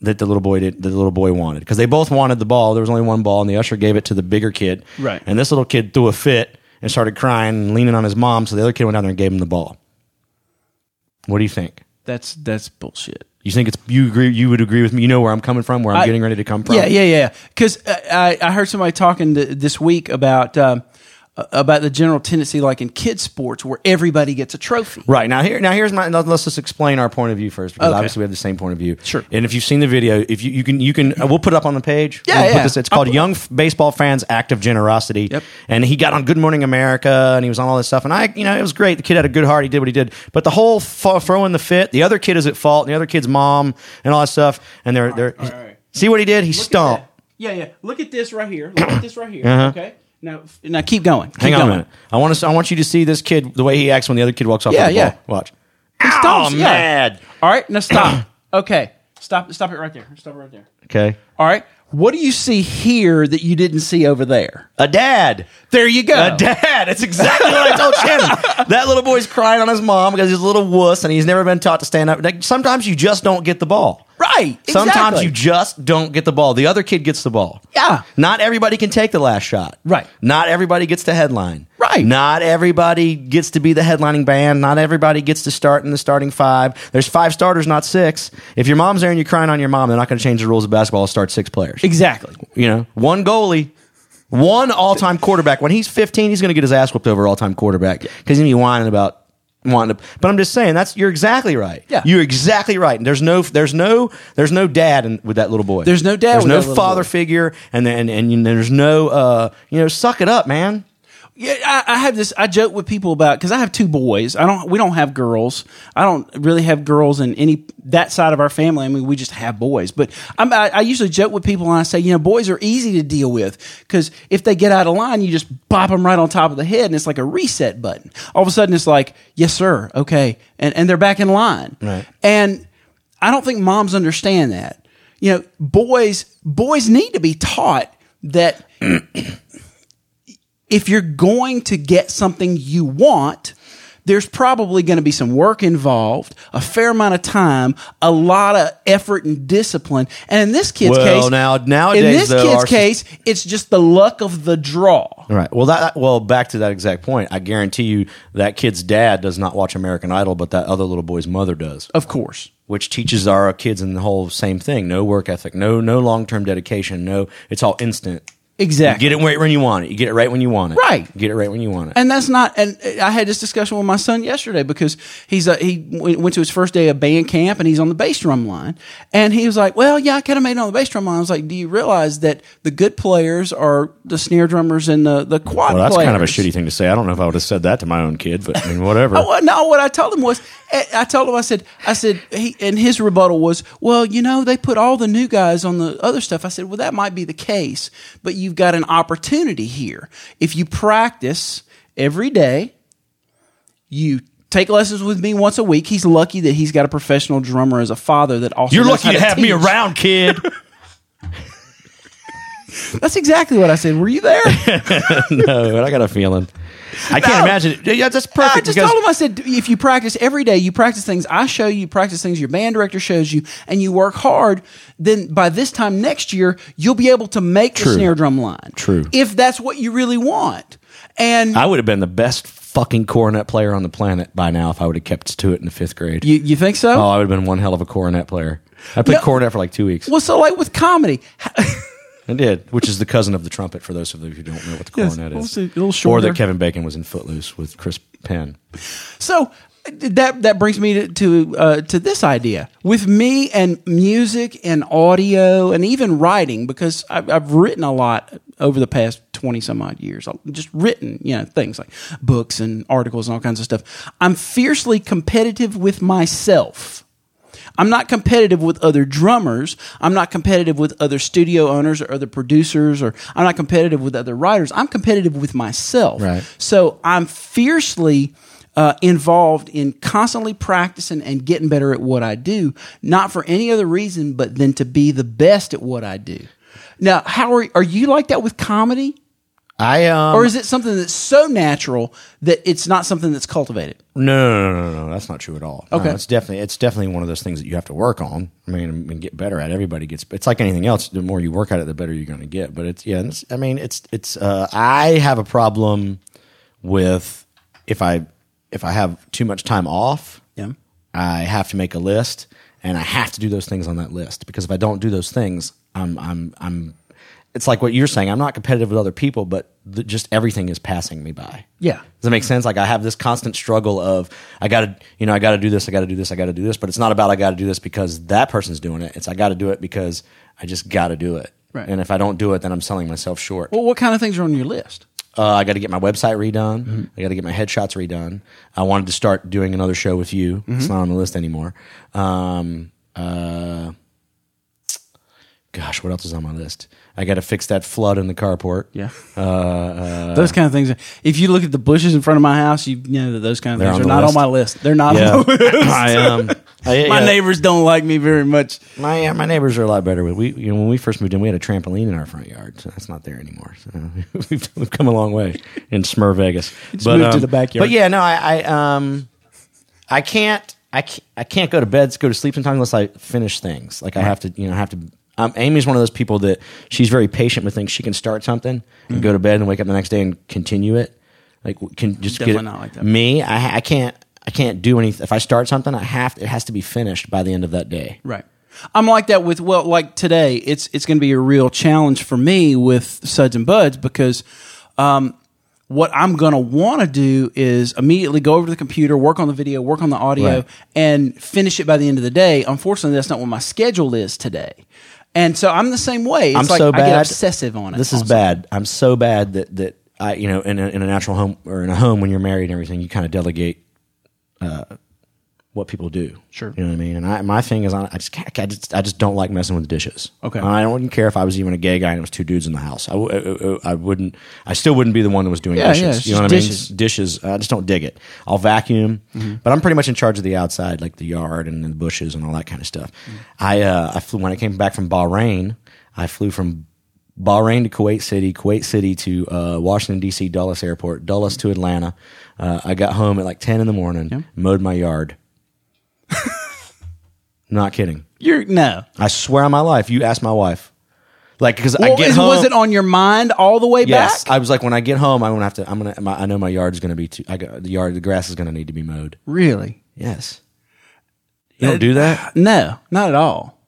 A: that the little boy did, that the little boy wanted because they both wanted the ball. There was only one ball, and the usher gave it to the bigger kid.
B: Right.
A: And this little kid threw a fit and started crying and leaning on his mom. So the other kid went down there and gave him the ball. What do you think?
B: That's that's bullshit.
A: You think it's you agree? You would agree with me? You know where I'm coming from, where I'm getting ready to come from.
B: Yeah, yeah, yeah. Because I, I heard somebody talking th this week about um, uh, about the general tendency, like in kids' sports, where everybody gets a trophy.
A: Right now, here now here's my. now Let's just explain our point of view first, because
B: Okay.
A: obviously we have the same point of view.
B: Sure.
A: And if you've seen the video, if you, you can, you can, uh, we'll put it up on the page.
B: Yeah,
A: We'll put
B: yeah.
A: this- it's called "Young F- Baseball Fans Act of Generosity."
B: Yep.
A: And he got on Good Morning America, and he was on all this stuff, and I, you know, it was great. The kid had a good heart. He did what he did, but the whole f- throwing the fit, the other kid is at fault, and the other kid's mom, and all that stuff, and they're they're
B: all right.
A: see what he did? He stomped.
B: Yeah, yeah. Look at this right here. Look at this right here. Okay. Now, f- now keep going. Keep
A: Hang on
B: going.
A: a minute. I want to. I want you to see this kid the way he acts when the other kid walks off.
B: Yeah,
A: with the
B: yeah.
A: Ball. Watch.
B: He stomps,
A: Oh,
B: yeah.
A: mad.
B: All right. Now stop. okay. Stop. Stop it right there. Stop it right there.
A: Okay.
B: All right. What do you see here that you didn't see over there?
A: A dad.
B: There you go.
A: A dad. It's exactly what I told Shannon. That little boy's crying on his mom because he's a little wuss and he's never been taught to stand up. Like, sometimes you just don't get the ball.
B: Right.
A: Sometimes
B: exactly.
A: you just don't get the ball. The other kid gets the ball.
B: Yeah.
A: Not everybody can take the last shot.
B: Right.
A: Not everybody gets the headline.
B: Right.
A: Not everybody gets to be the headlining band. Not everybody gets to start in the starting five. There's five starters, not six. If your mom's there and you're crying on your mom, they're not going to change the rules of basketball to start six players
B: Exactly.
A: you know, one goalie, one all-time quarterback. When he's 15, he's going to get his ass whooped over all-time quarterback because he's going to be whining about wanting to. But I'm just saying that's you're exactly right.
B: Yeah.
A: you're exactly right. And there's no there's no there's no dad in, with that little boy.
B: There's no dad
A: There's
B: with
A: no
B: that little
A: father
B: boy.
A: figure, and then and, and there's no uh you know suck it up, man.
B: Yeah, I, I have this. I joke with people about because I have two boys. I don't. We don't have girls. I don't really have girls in any that side of our family. I mean, we just have boys. But I'm, I, I usually joke with people and I say, you know, boys are easy to deal with because if they get out of line, you just bop them right on top of the head, and it's like a reset button. All of a sudden, it's like, yes, sir, okay, and and they're back in line.
A: Right.
B: And I don't think moms understand that. You know, boys boys need to be taught that if you're going to get something you want, there's probably going to be some work involved, a fair amount of time, a lot of effort and discipline. And in this kid's
A: Well,
B: case,
A: now- nowadays,
B: in this
A: though,
B: kid's
A: our-
B: case, it's just the luck of the draw.
A: All Right. Well, that that- well back to that exact point. I guarantee you that kid's dad does not watch American Idol, but that other little boy's mother does.
B: Of course,
A: which teaches our kids in the whole same thing no work ethic no no long-term dedication no it's all instant
B: Exactly.
A: Get it right when you want it. You get it right when you want it.
B: Right.
A: Get it right when you want it.
B: and that's not and i had this discussion with my son yesterday because he's uh he w- went to his first day of band camp and he's on the bass drum line and he was like well yeah i kind of made it on the bass drum line i was like do you realize that the good players are the snare drummers and the the quad
A: well, that's
B: players
A: kind of a shitty thing to say. I don't know if I would have said that to my own kid, but I mean, whatever.
B: Oh, well, no, what I told him was, I I told him, I said, I said, he, and his rebuttal was, well, you know, they put all the new guys on the other stuff. I said, well, that might be the case, but you've got an opportunity here. If you practice every day, you take lessons with me once a week. He's lucky that he's got a professional drummer as a father that also
A: You're
B: knows
A: lucky
B: how
A: to have me
B: teach.
A: around, kid.
B: That's exactly what I said. Were you there?
A: no, but I got a feeling. I can't
B: No.
A: imagine. It. Yeah, that's perfect.
B: I just
A: because-
B: told him, I said, if you practice every day, you practice things I show you, you practice things your band director shows you, and you work hard, then by this time next year, you'll be able to make the
A: True.
B: snare drum line.
A: True.
B: If that's what you really want. And
A: I would have been the best fucking cornet player on the planet by now if I would have kept to it in the fifth grade.
B: you, you think so?
A: oh, I would have been one hell of a cornet player. I played
B: No.
A: cornet for like two weeks.
B: well, so like with comedy,
A: I did, which is the cousin of the trumpet. For those of you who don't know what the
B: Yes,
A: cornet
B: well,
A: is,
B: it's a little
A: or
B: shorter.
A: that Kevin Bacon was in Footloose with Chris Penn.
B: So that that brings me to to, uh, to this idea with me and music and audio and even writing because I've, I've written a lot over the past twenty some odd years. I've just written you know things like books and articles and all kinds of stuff. I'm fiercely competitive with myself. I'm not competitive with other drummers. I'm not competitive with other studio owners or other producers, or I'm not competitive with other writers. I'm competitive with myself.
A: Right.
B: So I'm fiercely uh, involved in constantly practicing and getting better at what I do, not for any other reason but than to be the best at what I do. Now, how are are you like that with comedy,
A: I um,
B: or is it something that's so natural that it's not something that's cultivated?
A: No, no, no, no, no. That's not true at all. No,
B: Okay.
A: it's definitely it's definitely one of those things that you have to work on. I mean, and get better at. Everybody gets. It's like anything else. The more you work at it, the better you're going to get. But it's yeah. It's, I mean, it's it's. Uh, I have a problem with if I if I have too much time off.
B: Yeah.
A: I have to make a list, and I have to do those things on that list because if I don't do those things, I'm I'm I'm. It's like what you're saying. I'm not competitive with other people, but th- just everything is passing me by.
B: Yeah.
A: Does that make sense? Like I have this constant struggle of I gotta you know, I gotta do this, I gotta do this, I gotta do this, but it's not about I gotta do this because that person's doing it. It's I gotta do it because I just gotta do it.
B: Right.
A: And if I don't do it, then I'm selling myself short.
B: Well, what kind of things are on your list?
A: Uh, I got to get my website redone.
B: Mm-hmm.
A: I got to get my headshots redone. I wanted to start doing another show with you. It's
B: Mm-hmm.
A: not on the list anymore. Um, uh, gosh, what else is on my list? I got to fix that flood in the carport.
B: Yeah.
A: Uh,
B: those kind of things. If you look at the bushes in front of my house, you know that those kind of
A: They're
B: things
A: on
B: are
A: the
B: not
A: list.
B: on my list. They're not
A: Yeah.
B: on my list.
A: I um, I-
B: My
A: yeah.
B: neighbors don't like me very much.
A: My uh, my neighbors are a lot better. with We you know when we first moved in, we had a trampoline in our front yard. So that's not there anymore. So we've, we've come a long way in Smur Vegas.
B: moved to the backyard.
A: But yeah, no, I, I um I can't I can't, I can't go to bed go to sleep sometimes unless I finish things. Like I have to you know I have to. Um, Amy's one of those people that she's very patient with things. She can start something and
B: Mm-hmm.
A: go to bed and wake up the next day and continue it. Like can just get
B: Definitely
A: it-
B: not like that.
A: me. I, I can't. I can't do anything. If I start something, I have to, it has to be finished by the end of that day.
B: Right. I'm like that with well, like today, it's it's going to be a real challenge for me with suds and buds because um, what I'm going to want to do is immediately go over to the computer, work on the video, work on the audio,
A: Right.
B: and finish it by the end of the day. Unfortunately, that's not what my schedule is today, and so I'm the same way. It's
A: I'm
B: like
A: so bad.
B: I get obsessive on it.
A: This is
B: also.
A: bad. I'm so bad that that I you know in a, in a natural home or in a home when you're married and everything, you kind of delegate uh, what people do.
B: Sure.
A: you know what I mean. And I, my thing is, I I just can't, I just I just don't like messing with the dishes.
B: Okay.
A: and I wouldn't care if I was even a gay guy and it was two dudes in the house. I, w- uh, uh, I wouldn't. I still wouldn't be the one that was doing
B: Yeah,
A: dishes.
B: yeah, it's
A: you know what
B: just
A: I mean?
B: dishes. Mm-hmm.
A: dishes. I just don't dig it. I'll vacuum, but I'm pretty much in charge of the outside, like the yard and the bushes and all that kind of stuff.
B: Mm-hmm.
A: I uh, I flew when I came back from Bahrain. I flew from Bahrain to Kuwait City, Kuwait City to uh, Washington D.C. Dulles Airport, Dulles to Atlanta. Uh, I got home at like ten in the morning, mowed my yard. Not kidding.
B: You're no.
A: I swear on my life. You ask my wife, like because I
B: Well,
A: get
B: is-
A: home.
B: was it on your mind all the way
A: Yes,
B: back?
A: I was like, when I get home, I'm gonna have to. I'm gonna. My, I know my yard's gonna be too. I got, the yard, the grass is gonna need to be mowed.
B: really?
A: Yes. You don't do that.
B: No, not at all.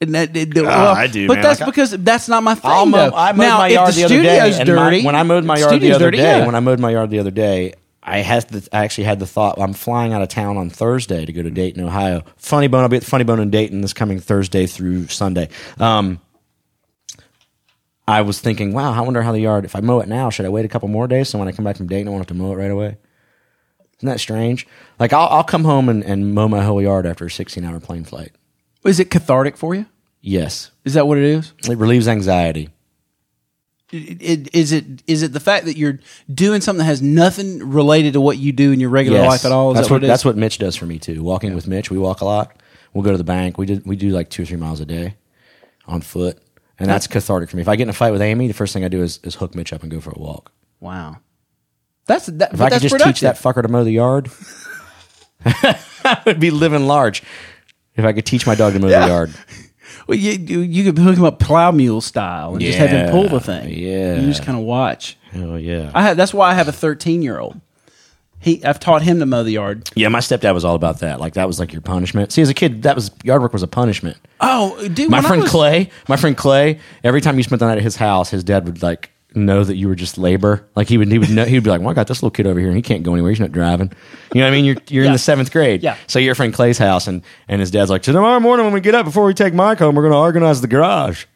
B: And that- that- that-
A: Ah,
B: well,
A: I do,
B: But
A: man.
B: that's
A: Like, I-
B: because that's not my thing.
A: I'll mow,
B: though.
A: I mowed
B: now,
A: my
B: if
A: yard
B: the
A: the, other
B: studio's
A: day. and my-
B: dirty,
A: when I mowed my yard the
B: studio's
A: other
B: dirty,
A: day,
B: yeah.
A: when I mowed my yard the other day, I has the, I actually had the thought I'm flying out of town on Thursday to go to Dayton, Ohio. Funny Bone, I'll be at the Funny Bone in Dayton this coming Thursday through Sunday. Um, I was thinking, wow, I wonder how the yard. If I mow it now, should I wait a couple more days so when I come back from Dayton, I won't have to mow it right away? Isn't that strange? Like I'll, I'll come home and, and mow my whole yard after a 16 hour plane flight.
B: is it cathartic for you?
A: Yes,
B: Is that what it is?
A: it relieves anxiety.
B: It- it- Is it is it the fact that you're doing something that has nothing related to what you do in your regular
A: Yes.
B: life at all? Is
A: that's
B: that what, it is?
A: that's what Mitch does for me too. Walking with Mitch, we walk a lot. We'll go to the bank. We do we do like two or three miles a day on foot, and that's cathartic for me. If I get in a fight with Amy, the first thing I do is, is hook Mitch up and go for a walk.
B: Wow, that's that.
A: If
B: but
A: I could
B: that's
A: just teach
B: productive.
A: that fucker to mow the yard, I would be living large. If I could teach my dog to mow the yard,
B: Well, you, you you could hook him up plow mule style and just have him
A: Yeah,
B: pull the thing.
A: yeah.
B: you just kind of watch.
A: oh yeah,
B: I have, that's why I have a 13 year old. He I've taught him to mow the yard.
A: yeah. My stepdad was all about that. Like that was like your punishment. See, as a kid, that was yard work was a punishment.
B: Oh, dude,
A: my
B: when I
A: friend
B: was-
A: Clay, my friend Clay, every time you spent the night at his house, his dad would like know that you were just labor. Like he would, he would know, he'd be like, "Well, I got this little kid over here, and he can't go anywhere. He's not driving." You know what I mean? You're you're in the seventh grade,
B: Yeah.
A: So you're at friend Clay's house, and and his dad's like, "So tomorrow morning when we get up, before we take Mike home, we're going to organize the garage."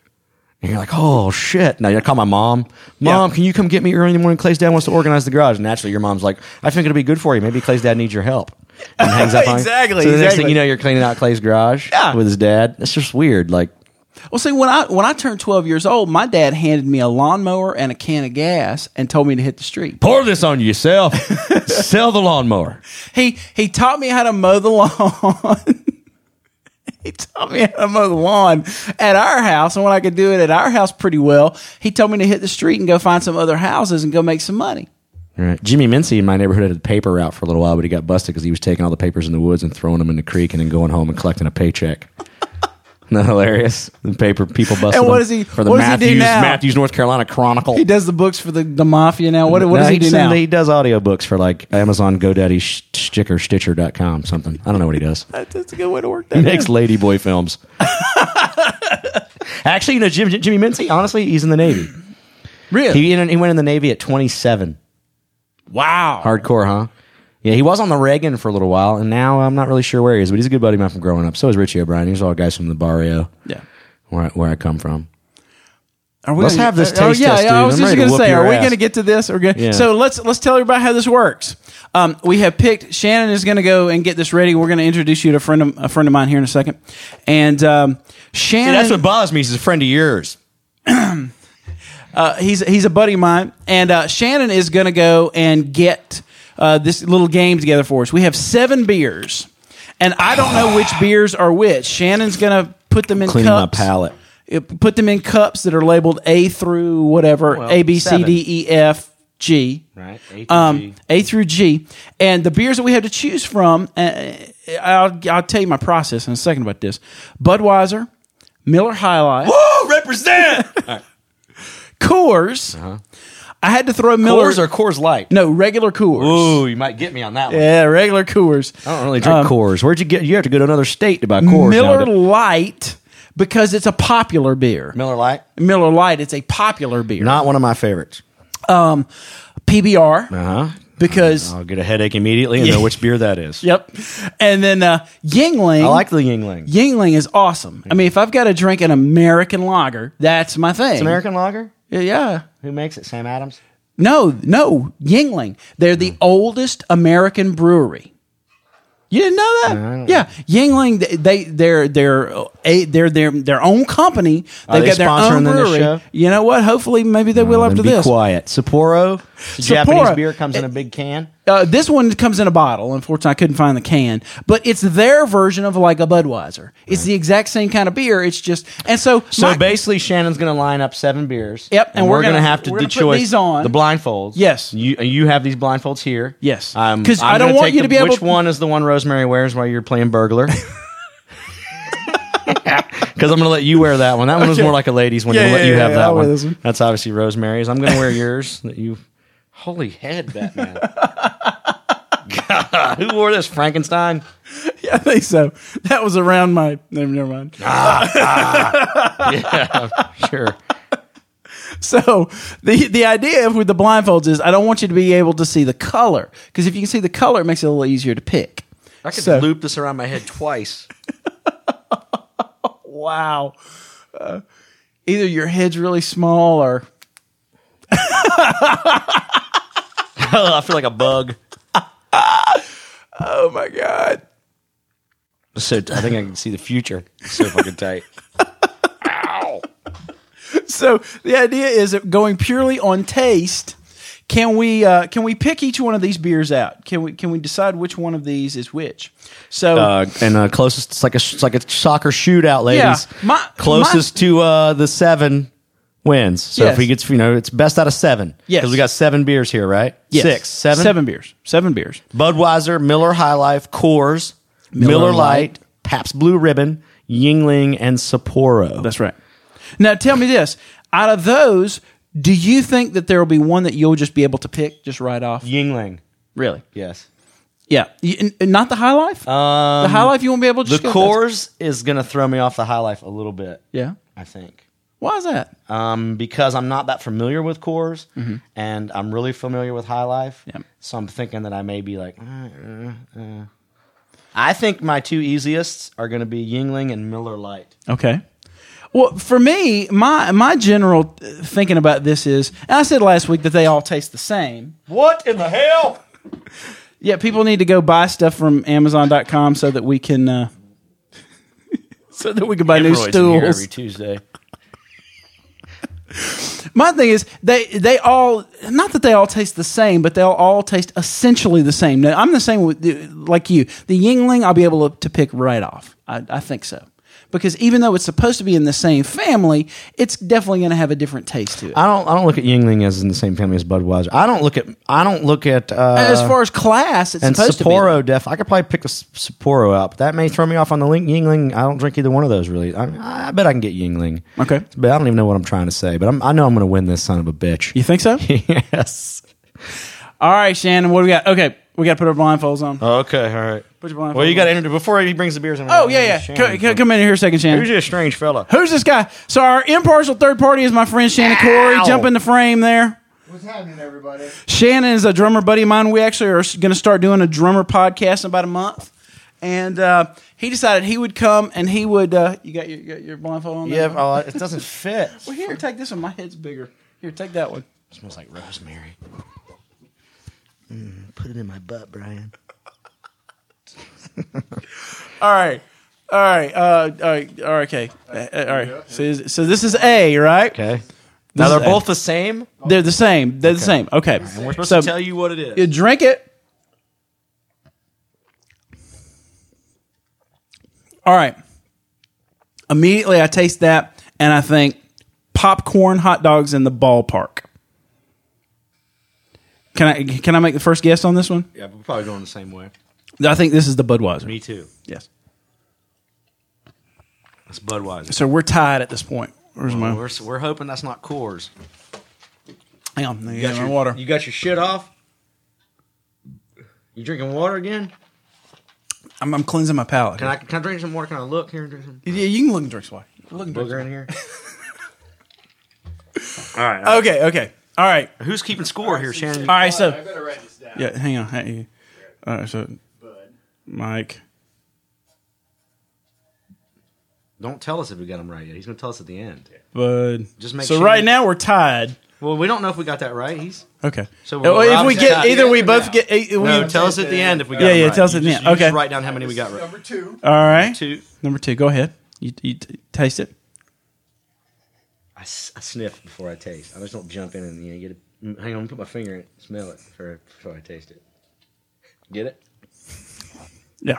A: And you're like, "Oh shit!" Now I call my mom. Mom, can you come get me early in the morning? Clay's dad wants to organize the garage. And naturally, your mom's like, "I think it'll be good for you. Maybe Clay's dad needs your help." And hangs up on you.
B: Exactly,
A: So the next
B: exactly.
A: thing you know, you're cleaning out Clay's garage
B: Yeah.
A: with his dad. It's just weird. Like
B: Well, see, when I when I turned 12 years old, my dad handed me a lawnmower and a can of gas and told me to hit the street.
A: pour this on yourself. Sell the lawnmower.
B: He he taught me how to mow the lawn. he taught me how to mow the lawn at our house, and when I could do it at our house pretty well, he told me to hit the street and go find some other houses and go make some money.
A: Jimmy Mincy in my neighborhood had a paper route for a little while, but he got busted because he was taking all the papers in the woods and throwing them in the creek and then going home and collecting a paycheck. Isn't that hilarious? The paper people busted
B: And what
A: him
B: does he-
A: for the
B: what does he
A: Matthews,
B: do now?
A: Matthews, North Carolina Chronicle.
B: He does the books for the, the mafia now. What, what does
A: No,
B: he do
A: send-
B: now?
A: He does audiobooks for like Amazon, GoDaddy, Sh- Sticker, Stitcher.com, something. I don't know what he does.
B: That's a good way to work that.
A: He makes Ladyboy films. Actually, you know, Jim, Jimmy Mincy, honestly, he's in the Navy.
B: Really?
A: He, he went in the Navy at 27.
B: wow.
A: Hardcore, huh? Yeah, he was on the Reagan for a little while, and now I'm not really sure where he is, but he's a good buddy of mine from growing up. So is Richie O'Brien. He's all guys from the barrio
B: Yeah.
A: where I, where I come from.
B: Are we
A: Let's
B: gonna-
A: have this
B: oh,
A: taste
B: yeah,
A: test,
B: yeah, I
A: dude.
B: was
A: I'm
B: just
A: ready to
B: gonna
A: whoop
B: say,
A: your
B: are we
A: ass.
B: going to get to this? Or gonna,
A: Yeah.
B: So let's let's tell everybody how this works. Um, we have picked. Shannon is going to go and get this ready. We're going to introduce you to a friend of, a friend of mine here in a second. And um, Shannon,
A: bothers me. He's a friend of yours.
B: uh, he's he's a buddy of mine, and uh, Shannon is going to go and get uh, this little game together for us. We have seven beers, and I don't know which beers are which. Shannon's going to put them in
A: Cleaning my
B: cups.
A: palate.
B: It- put them in cups that are labeled A through whatever A B C
A: seven.
B: D E F G.
A: Right, A through G.
B: Um, a through G, and the beers that we have to choose from. Uh, I'll I'll tell you my process in a second about this. Budweiser, Miller High Life,
A: Oh, represent!
B: Coors. I had to throw Miller.
A: Uh-huh. Coors or Coors Light?
B: No, regular Coors.
A: Ooh, you might get me on that one. Um,
B: Yeah, regular Coors. Um,
A: I don't really drink Coors. Where'd you get? You have to go to another state to buy Coors.
B: Miller
A: nowadays.
B: Light because it's a popular beer.
A: Miller Light.
B: Miller Light, it's a popular beer.
A: Not one of my favorites.
B: PBR
A: Uh huh.
B: because
A: I'll get a headache immediately and know which beer that is.
B: yep, and then uh, Yingling.
A: I like the Yingling.
B: Yingling is awesome. I mean, if I've got to drink an American lager, that's my thing.
A: It's American Lager.
B: Yeah.
A: Who makes it? Sam Adams.
B: No, no, Yingling. They're the oldest American brewery. You didn't know that? yeah, Yingling. they- They they're they're uh, a, they're their their own company.
A: Are they
B: They've got their own
A: sponsoring this
B: brewery.
A: show?
B: You know what? Hopefully, maybe they will
A: Then
B: after
A: be
B: this.
A: quiet. Sapporo, it's a Japanese
B: Sapporo.
A: beer comes in a big can.
B: Uh, this one comes in a bottle. Unfortunately, I couldn't find the can, but it's their version of like a Budweiser. It's the exact same kind of beer. It's just and so
A: So
B: my-
A: basically, Shannon's going to line up seven beers.
B: Yep, and we're
A: gonna
B: gonna-
A: have to
B: we're
A: do
B: gonna put
A: choice
B: these on.
A: the blindfolds.
B: Yes.
A: you you have these blindfolds here.
B: Yes.
A: Um,
B: 'Cause
A: I'm
B: I don't
A: gonna
B: want
A: take
B: you
A: the-
B: to be able
A: Which
B: to-
A: one is the one Rosemary wears while you're playing burglar? Because I'm going to let you wear that one. That one was
B: Okay.
A: more like a ladies one.
B: Yeah,
A: I'm gonna let
B: yeah,
A: you
B: yeah,
A: have
B: yeah,
A: that
B: I'll wear
A: one.
B: this one.
A: That's obviously Rosemary's. I'm going to wear yours. That you. Holy head, Batman! God, who wore this? Frankenstein.
B: I think so. That was around my. no, Never mind.
A: Sure.
B: So the the idea with the blindfolds is I don't want you to be able to see the color because if you can see the color, it makes it a little easier to pick.
A: I could
B: So-
A: loop this around my head twice.
B: Wow. Uh, either your head's really small or
A: I feel like a bug.
B: oh my god.
A: So I think I can see the future. So fucking tight.
B: So the idea is that going purely on taste. Can we uh, can we pick each one of these beers out? Can we can we decide which one of these is which? So
A: Uh, and uh, closest, it's like a it's like a soccer shootout, ladies.
B: Yeah, my-
A: closest to uh, the seven wins. So
B: Yes.
A: if he gets, you know, it's best out of seven.
B: Yes.
A: because we got seven beers here, right?
B: yes.
A: Six, seven,
B: seven beers, seven beers.
A: Budweiser, Miller High Life, Coors, Miller, Lite,
B: Lite.
A: Pabst Blue Ribbon, Yingling, and Sapporo.
B: That's right. Now tell me this: out of those, do you think that there will be one that you'll just be able to pick just right off?
A: Yingling.
B: Really?
A: Yes.
B: Yeah. Y- n- n- Not the High Life.
A: Um,
B: the High Life you won't be able to.
A: The
B: just go with
A: Coors
B: that?
A: is going to throw me off the High Life a little bit.
B: Yeah.
A: I think.
B: Why is that?
A: um, because I'm not that familiar with Coors, and I'm really familiar with High Life.
B: Yep.
A: So I'm thinking that I may be like, uh, uh, uh. I think my two easiest are going to be Yingling and Miller Lite.
B: Okay. Well, for me, my my general uh, thinking about this is, and I said last week that they all taste the same.
A: What in the hell?
B: Yeah, people need to go buy stuff from Amazon.com so that we can, uh, so that we can buy new
A: Hemorrhoids in here
B: stools.
A: every Tuesday.
B: My thing is they they all not that they all taste the same, but they'll all taste essentially the same. Now I'm the same with like you. The Yingling I'll be able to pick right off. I, I think so because even though it's supposed to be in the same family, it's definitely going to have a different taste to it.
A: I don't. I don't look at Yingling as in the same family as Budweiser. I don't look at. I don't look at. Uh,
B: as far as class, it's
A: and
B: supposed to
A: Sapporo, def. I could probably pick a S- Sapporo out, but that may throw me off on the link. Yingling. I don't drink either one of those really. I, I bet I can get Yingling.
B: Okay.
A: but I don't even know what I'm trying to say. But I'm, I know I'm going to win this son of a bitch.
B: be. You think so?
A: yes.
B: all right, Shannon, what do we got? Okay, we got to put our blindfolds on.
A: Uh, Okay, all right.
B: Put your blindfolds
A: Well, you
B: on.
A: got to introduce before he brings the beers. in.
B: Oh, yeah, yeah. Co- co- come in here a second, Shannon.
A: Who's this strange fella?
B: Who's this guy? So our impartial third party is my friend Shannon Corey. Jump in the frame there.
E: What's happening, everybody?
B: Shannon is a drummer buddy of mine. We actually are going to start doing a drummer podcast in about a month. And uh, he decided he would come and he would. Uh, you got your, you got your blindfold on?
A: Yeah,
B: There?
A: oh, it doesn't fit.
B: Well, here, take this one. My head's bigger. Here, take that one.
A: smells like rosemary.
E: Mm, Put it in my butt, Brian.
B: All right. All right. Uh, all right. All right. Okay. Uh, all right. So, is- so this is A, right?
A: Okay. Now
B: is
A: they're
B: a-
A: both the same.
B: They're the same. They're the same. Okay.
A: And we're supposed
B: So-
A: to tell you what it is.
B: You drink it. All right. Immediately, I taste that and I think popcorn hot dogs in the ballpark. Can I can I make the first guess on this one?
A: yeah, we're probably going the same way.
B: I think this is the Budweiser.
A: Me too.
B: Yes.
A: That's Budweiser.
B: So we're tied at this point. Where's my
A: We're, we're hoping that's not Coors.
B: hang on? I
A: You
B: got my water.
A: You got your shit off. You drinking water again?
B: I'm, I'm cleansing my palate.
A: Can I can I drink some water? Can I look here and drink some
B: yeah, you can look and drink some water. Look and drink
A: booger in here?
B: some- Okay. Okay. All right.
A: uh, Who's keeping score here, Shannon?
B: All right. So
E: better write this down.
B: Yeah, hang on. Hey, all right, so Mike.
A: Don't tell us if we got them right yet. He's going to tell us at the end.
B: Bud.
A: Just make
B: so
A: sure
B: right
A: you-
B: now we're tied.
A: Well, we don't know if we got that right. He's
B: Okay.
A: So
B: So
A: we're-
B: if we
A: Rob's
B: get
A: tied.
B: either, we both get. eh, We,
A: no. Tell us at the end if we got.
B: Yeah,
A: them
B: yeah,
A: right.
B: tell us
A: You
B: at the
A: just-
B: end.
A: you just
B: Okay.
A: write down how many we got right.
E: Number two.
B: all right.
A: Two.
B: Number two. Go ahead. You, you t- taste it.
A: I, s- I sniff before I taste. I just don't jump in and you know, get. A, mm, hang on, put my finger in it. Smell it before, before I taste it. Get it?
B: Yeah.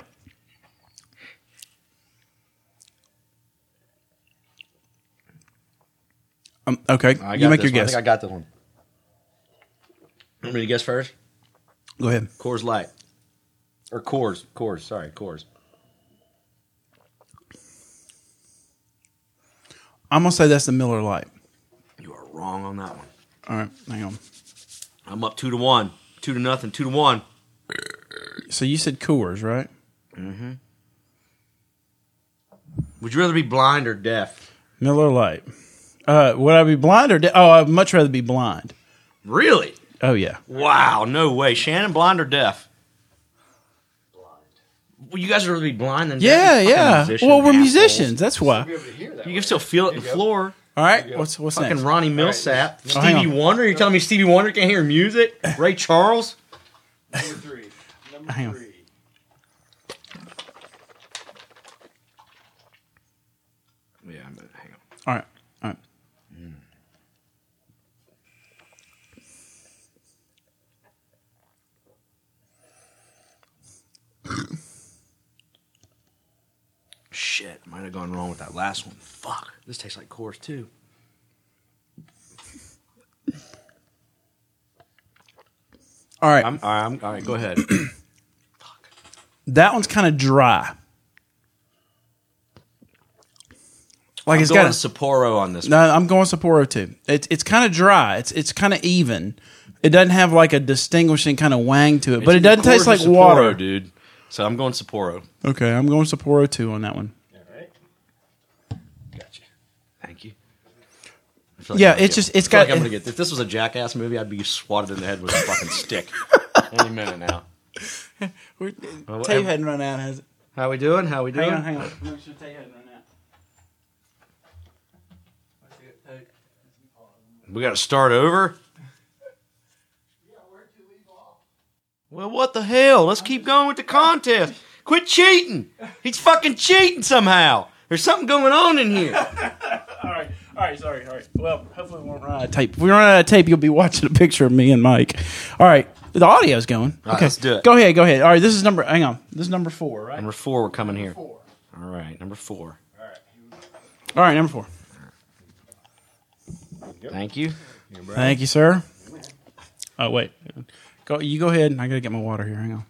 B: Um, okay.
A: I
B: you
A: got
B: make
A: this one.
B: your
A: I
B: guess.
A: think I got this one. Want me to guess first?
B: Go ahead.
A: Coors Light. Or Coors. Coors. Sorry, Coors.
B: I'm gonna say that's the Miller Lite.
A: You are wrong on that one.
B: All right. Hang on.
A: I'm up two to one. Two to nothing. Two to one.
B: So you said Coors, right?
A: Would you rather be blind or deaf?
B: Miller Lite. Uh, would I be blind or? De- oh, I'd much rather be blind.
A: Really?
B: Oh yeah.
A: Wow, no way. Shannon, blind or deaf? Well, you guys would rather be blind than deaf.
B: Yeah,
A: You fucking
B: yeah.
A: musician,
B: Well, we're
A: assholes.
B: musicians. That's why.
E: Be able to hear that.
A: You can still feel it in the floor.
B: All right. What's what's
A: Fucking
B: next?
A: Ronnie Millsap,
B: Oh, hang
A: Stevie
B: on.
A: Wonder. You're telling me Stevie Wonder can't hear music? Ray Charles?
E: Number three. Number
B: Hang on.
E: three.
A: Yeah, but hang on.
B: All right. All right.
A: Shit, might have gone wrong with that last one. Fuck, this tastes like Coors too.
B: All right.
A: I'm, I'm, all right, go ahead.
B: that one's kind of dry. Like it's
A: Go on
B: got a
A: Sapporo on this.
B: No, I'm going Sapporo too. It's it's kind of dry. It's it's kind of even. It doesn't have like a distinguishing kind of wang to it, but it
A: It's either
B: doesn't taste
A: Coors or Sapporo,
B: like water.
A: dude. So I'm going Sapporo.
B: Okay, I'm going Sapporo too on that one.
E: All right.
A: Gotcha. Thank you. I feel like
B: Yeah,
A: I'm gonna
B: it's
A: get-
B: just- it's
A: I feel
B: got-
A: Like I'm gonna get if this was a jackass movie, I'd be swatted in the head with a fucking stick. Any minute now.
B: Tape hadn't run out, has it?
A: How we doing? How we doing?
B: Hang on, hang on.
A: We got to start over. Well, what the hell? Let's keep going with the contest. Quit cheating. He's fucking cheating somehow. There's something going on in here.
B: All right, sorry. All right. Well, hopefully we won't run out of tape. If we run out of tape, you'll be watching a picture of me and Mike. All right, the audio's going.
A: right, let's do it.
B: Go ahead, go ahead. All right, this is number. Hang on, this is number four, right?
A: Number four, we're coming here. All right, number four.
B: All right, number four.
A: Thank you.
B: Thank you, sir. Oh wait, go. You go ahead, and I gotta get my water here. Hang on.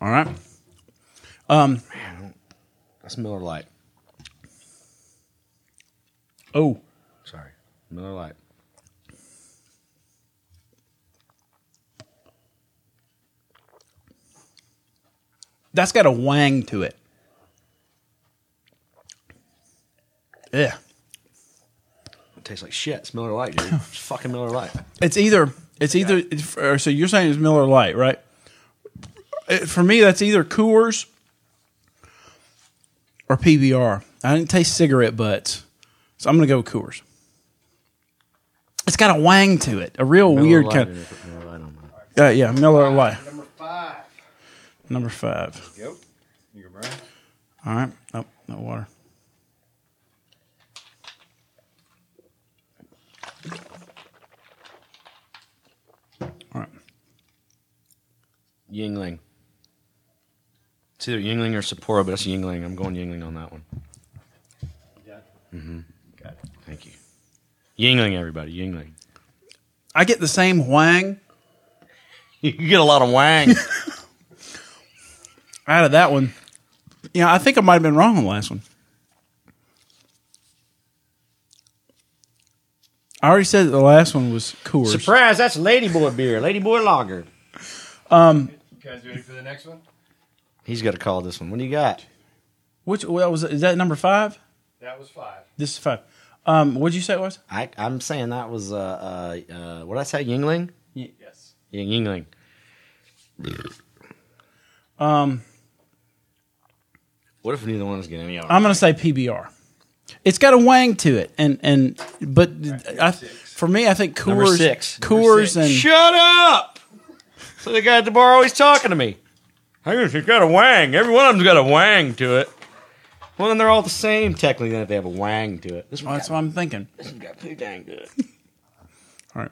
B: All right. Um.
A: That's Miller Lite.
B: Oh,
A: Sorry, Miller Lite.
B: that's got a wang to it. Yeah.
A: It tastes like shit. It's Miller Lite, dude. It's fucking Miller Lite.
B: It's either it's either it's- or so you're saying it's Miller Lite, right? It- for me, that's either Coors or PBR. I didn't taste cigarette butts, so I'm gonna go with Coors. It's got a wang to it, a real weird kind. Of, uh, yeah, Miller Lite,
E: Number five.
B: number five.
E: Yep. You go, Brian.
B: All right, oh, no water. All right.
A: Yingling. It's either Yingling or Sapporo, but it's Yingling. I'm going Yingling on that one. Mm-hmm.
E: Got it.
A: Thank you. Yingling, everybody. Yingling.
B: I get the same wang
A: You get a lot of wang.
B: out of that one. Yeah, I think I might have been wrong on the last one. I already said that the last one was Coors.
A: Surprise, that's Ladyboy beer, Ladyboy lager.
E: You guys ready for the next one?
A: He's got to call this one. What do you got?
B: Which well was is that number five?
E: That was five.
B: This is five. Um, what'd you say it was?
A: I, I'm saying that was, uh, uh, uh, what did I say, Yingling?
E: Yes.
A: Yeah, Yingling.
B: Um,
A: What if neither one is getting any of
B: I'm gonna say PBR. It's got a wang to it, and and but I, for me, I think Coors,
A: Number six.
B: Coors, and
A: Shut up! So the guy at the bar always talking to me. Hang on, she's got a wang. Every one of them's got a wang to it. Well, then they're all the same, technically, then if they have a wang to it. This
B: well,
A: one
B: that's what I'm thinking.
A: got, got pretty dang good.
B: All right.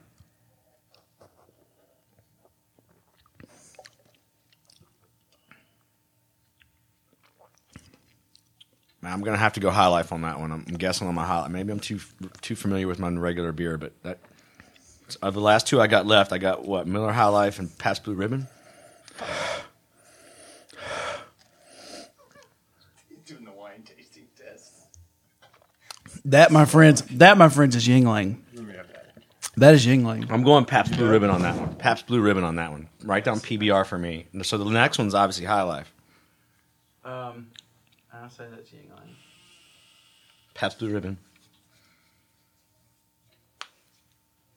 A: Man, I'm gonna have to go high life on that one. I'm, I'm guessing on my high. Maybe I'm too too familiar with my regular beer, but that of the last two I got left, I got what Miller High Life and Pabst Blue Ribbon.
E: He's doing the wine tasting test.
B: That, my friends, that, my friends, is Yingling.
E: Let me have that.
B: That is Yingling.
A: I'm going Pabst Blue Ribbon on that one. Pabst Blue Ribbon on that one. Write down PBR for me. So the next one's obviously High Life.
C: Um, I'll say that's Yingling.
A: Pabst Blue Ribbon.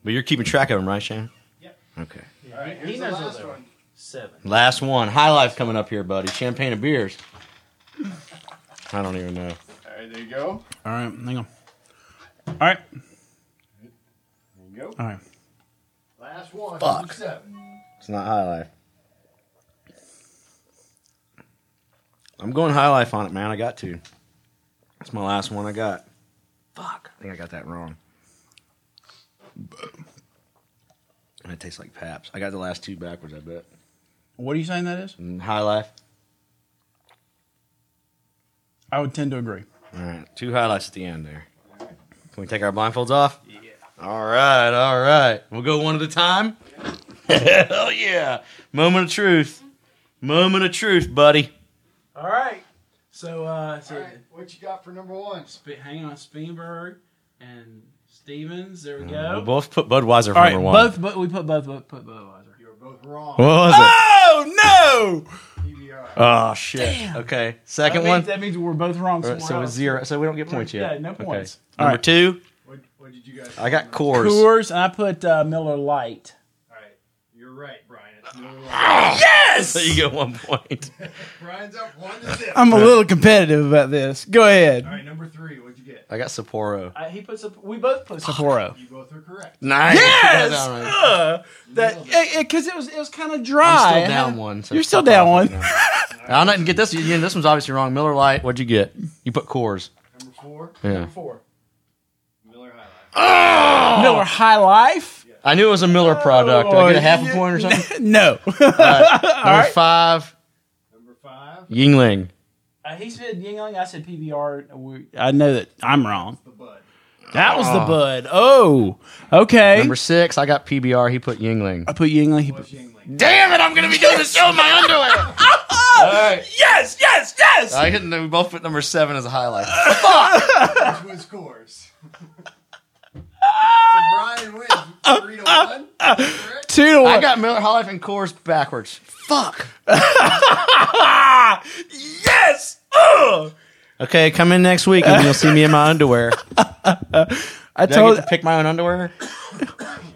A: But you're keeping track of them, right, Shane?
E: Yep.
A: Okay.
E: All right,
C: He
E: here's the
C: knows
E: last
C: what
E: one.
C: Seven.
A: Last one. High Life coming up here, buddy. Champagne and beers. I don't even know.
E: All right, there you go.
B: All right, hang on. All right,
E: There you go.
B: all right.
E: Last one.
A: Fuck.
E: Number Seven.
A: It's not High Life. I'm going High Life on it, man. I got to. That's my last one I got. Fuck. I think I got that wrong. And it tastes like Paps. I got the last two backwards, I bet.
B: What are you saying that is?
A: And High Life.
B: I would tend to agree.
A: All right, two highlights at the end there. Can we take our blindfolds off? Yeah. All right, all right. We'll go one at a time. Hell yeah! Moment of truth. Moment of truth, buddy.
C: All right. So, uh, so
E: All right, what you got for number one?
C: Sp- hang on, Speenberg and Stevens. There we
A: We
C: go.
A: Mm, both put Budweiser for
B: Oh. All right,
A: number one.
B: both, but we put both, both put Budweiser.
E: You're both wrong.
A: What was it?
B: Ah! Oh no!
E: PBR.
A: Oh shit. Okay. Second
B: That means,
A: one.
B: that means we're both wrong.
A: All right,
B: somewhere
A: so it's
B: else.
A: zero. So we don't get points yet.
B: Yeah, no
A: Okay.
B: points.
A: Number two.
E: What, what did you guys?
A: I got
E: Cool.
A: Coors.
B: Coors, and I put uh, Miller Light.
E: All right, you're right, Brian. It's Miller Lite.
A: Ah! So you get one point.
E: Brian's up one to zip.
B: I'm a little competitive about this. Go
E: All
B: ahead.
E: right, number three. What'd you get?
A: I got Sapporo.
C: I, he puts. Sap- we both put. Sapporo.
B: Sapporo.
E: You both are correct.
A: Nice.
B: Yes!
A: All right.
B: Uh, that because it, was it was kind of dry.
A: I'm still down one. so
B: You're still
A: fuck off,
B: down one.
A: you know. I didn't get this. You- This one's obviously wrong. Miller Lite. What'd you get? You put Coors.
E: Number four.
A: Yeah.
C: Four.
E: Miller High Life.
B: Miller High Life.
A: I knew it was a Miller product. Did I get a half a point or something.
B: no.
A: Number five,
E: Number five.
A: Yingling.
C: Uh, he said Yingling. I said PBR. We,
B: I know that I'm wrong.
E: The Bud.
B: That was the bud. Oh, okay.
A: Number six, I got PBR. He put Yingling.
B: I put Yingling. He put,
E: Plus Yingling.
A: Damn it! I'm gonna be doing the show in my underwear. All
B: Oh!
A: right.
B: yes, yes, yes.
A: I didn't. know We both put number seven as a highlight.
E: Which was Coors. so Brian wins three to one. Correct?
B: Two to
A: I
B: one.
A: got Miller High Life and Coors backwards. Fuck.
B: yes. Ugh.
A: Okay, come in next week and you'll see me in my underwear.
B: I
A: Did I
B: told
A: get to pick my own underwear?
B: you.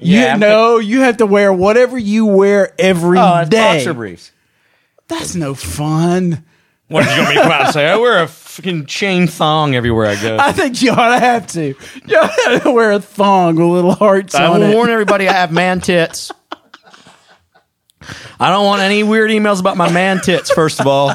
A: Yeah, I'm
B: no, you have to wear whatever you wear every day.
A: Oh, it's boxer briefs.
B: That's no fun.
A: What are you gonna be proud to say? I wear a fucking chain thong everywhere I go.
B: I think you ought to have to. You ought to wear a thong with little hearts
A: I
B: on
A: will
B: it.
A: warn everybody I have man tits. I don't want any weird emails about my man tits, first of all.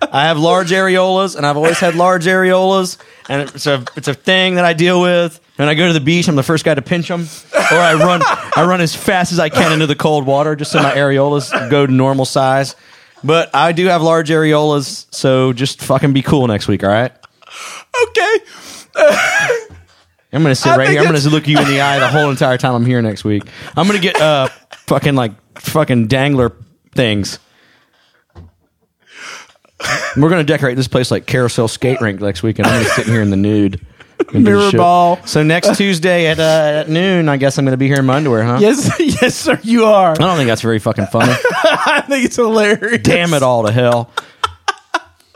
A: I have large areolas, and I've always had large areolas, and it's a, it's a thing that I deal with. When I go to the beach, I'm the first guy to pinch them, or I run, I run as fast as I can into the cold water just so my areolas go to normal size. But I do have large areolas, so just fucking be cool next week, all right?
B: okay.
A: I'm gonna sit
B: I
A: right
B: think
A: here. I'm gonna
B: it's-
A: look you in the eye the whole entire time I'm here next week. I'm gonna get uh fucking like fucking dangler things. We're gonna decorate this place like carousel skate rink next week, and I'm gonna sit here in the nude. and do
B: Mirror
A: shit.
B: ball.
A: So next Tuesday at uh, at noon, I guess I'm gonna be here in my underwear, huh?
B: Yes, yes, sir. You are.
A: I don't think that's very fucking funny.
B: I think it's hilarious.
A: Damn it all to hell.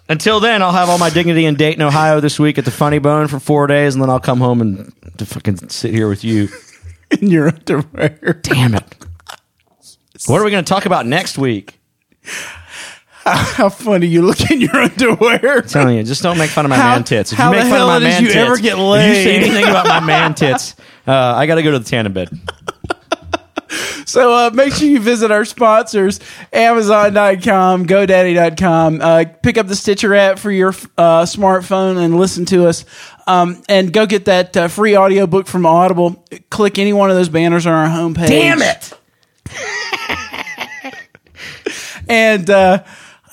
A: Until then, I'll have all my dignity in Dayton, Ohio this week at the Funny Bone for four days, and then I'll come home and to fucking sit here with you.
B: in your underwear.
A: Damn it. What are we going to talk about next week?
B: How funny you look in your underwear.
A: I'm telling you, just don't make fun of my
B: How-
A: man tits. If
B: how
A: you make
B: the
A: fun of
B: hell
A: my
B: did
A: man
B: you
A: tits,
B: ever get
A: if you
B: laid?
A: say anything about my man tits, uh, I got to go to the tanning bed.
B: So uh, make sure you visit our sponsors, Amazon.com, GoDaddy.com. Uh, pick up the Stitcher app for your uh, smartphone and listen to us. Um, and go get that uh, free audiobook from Audible. Click any one of those banners on our homepage. Damn it! and uh,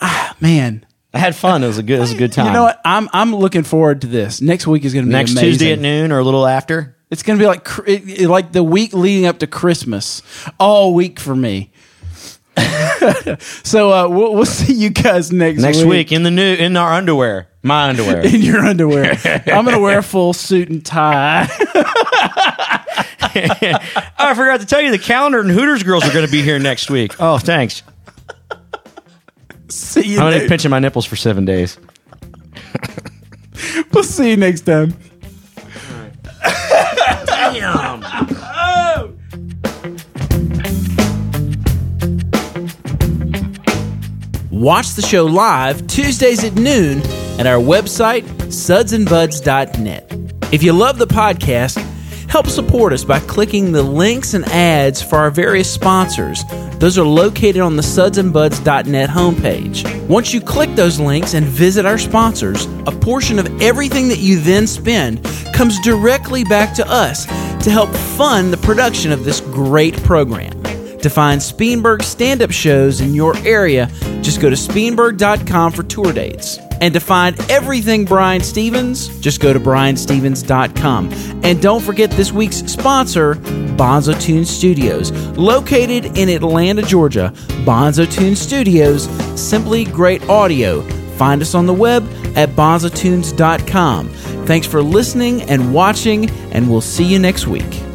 B: ah, man,
A: I had fun. It was a good, it was a good time.
B: you know what? I'm I'm looking forward to this. Next week is going to be
A: Next
B: amazing.
A: Tuesday at noon or a little after.
B: It's going to be like cr- it- it- like the week leading up to Christmas, all week for me. so uh, we'll, we'll see you guys next
A: Next week in the new in our underwear, my underwear.
B: in your underwear. I'm going to wear a full suit and tie.
A: Oh, I forgot to tell you the calendar and Hooters girls are going to be here next week. Oh, thanks.
B: See you,
A: I'm going to
B: ne-
A: be pinching my nipples for seven days.
B: we'll see you next time.
C: Watch the show live Tuesdays at noon at our website, sudsandbuds.net. If you love the podcast, help support us by clicking the links and ads for our various sponsors. Those are located on the sudsandbuds.net homepage. Once you click those links and visit our sponsors, a portion of everything that you then spend comes directly back to us to help fund the production of this great program. To find Speenberg stand up shows in your area, just go to Speenberg.com for tour dates. And to find everything Brian Stevens, just go to BrianStevens.com. And don't forget this week's sponsor, Bonzo Tune Studios. Located in Atlanta, Georgia, Bonzo Tune Studios, simply great audio. Find us on the web at BonzoTunes.com. Thanks for listening and watching, and we'll see you next week.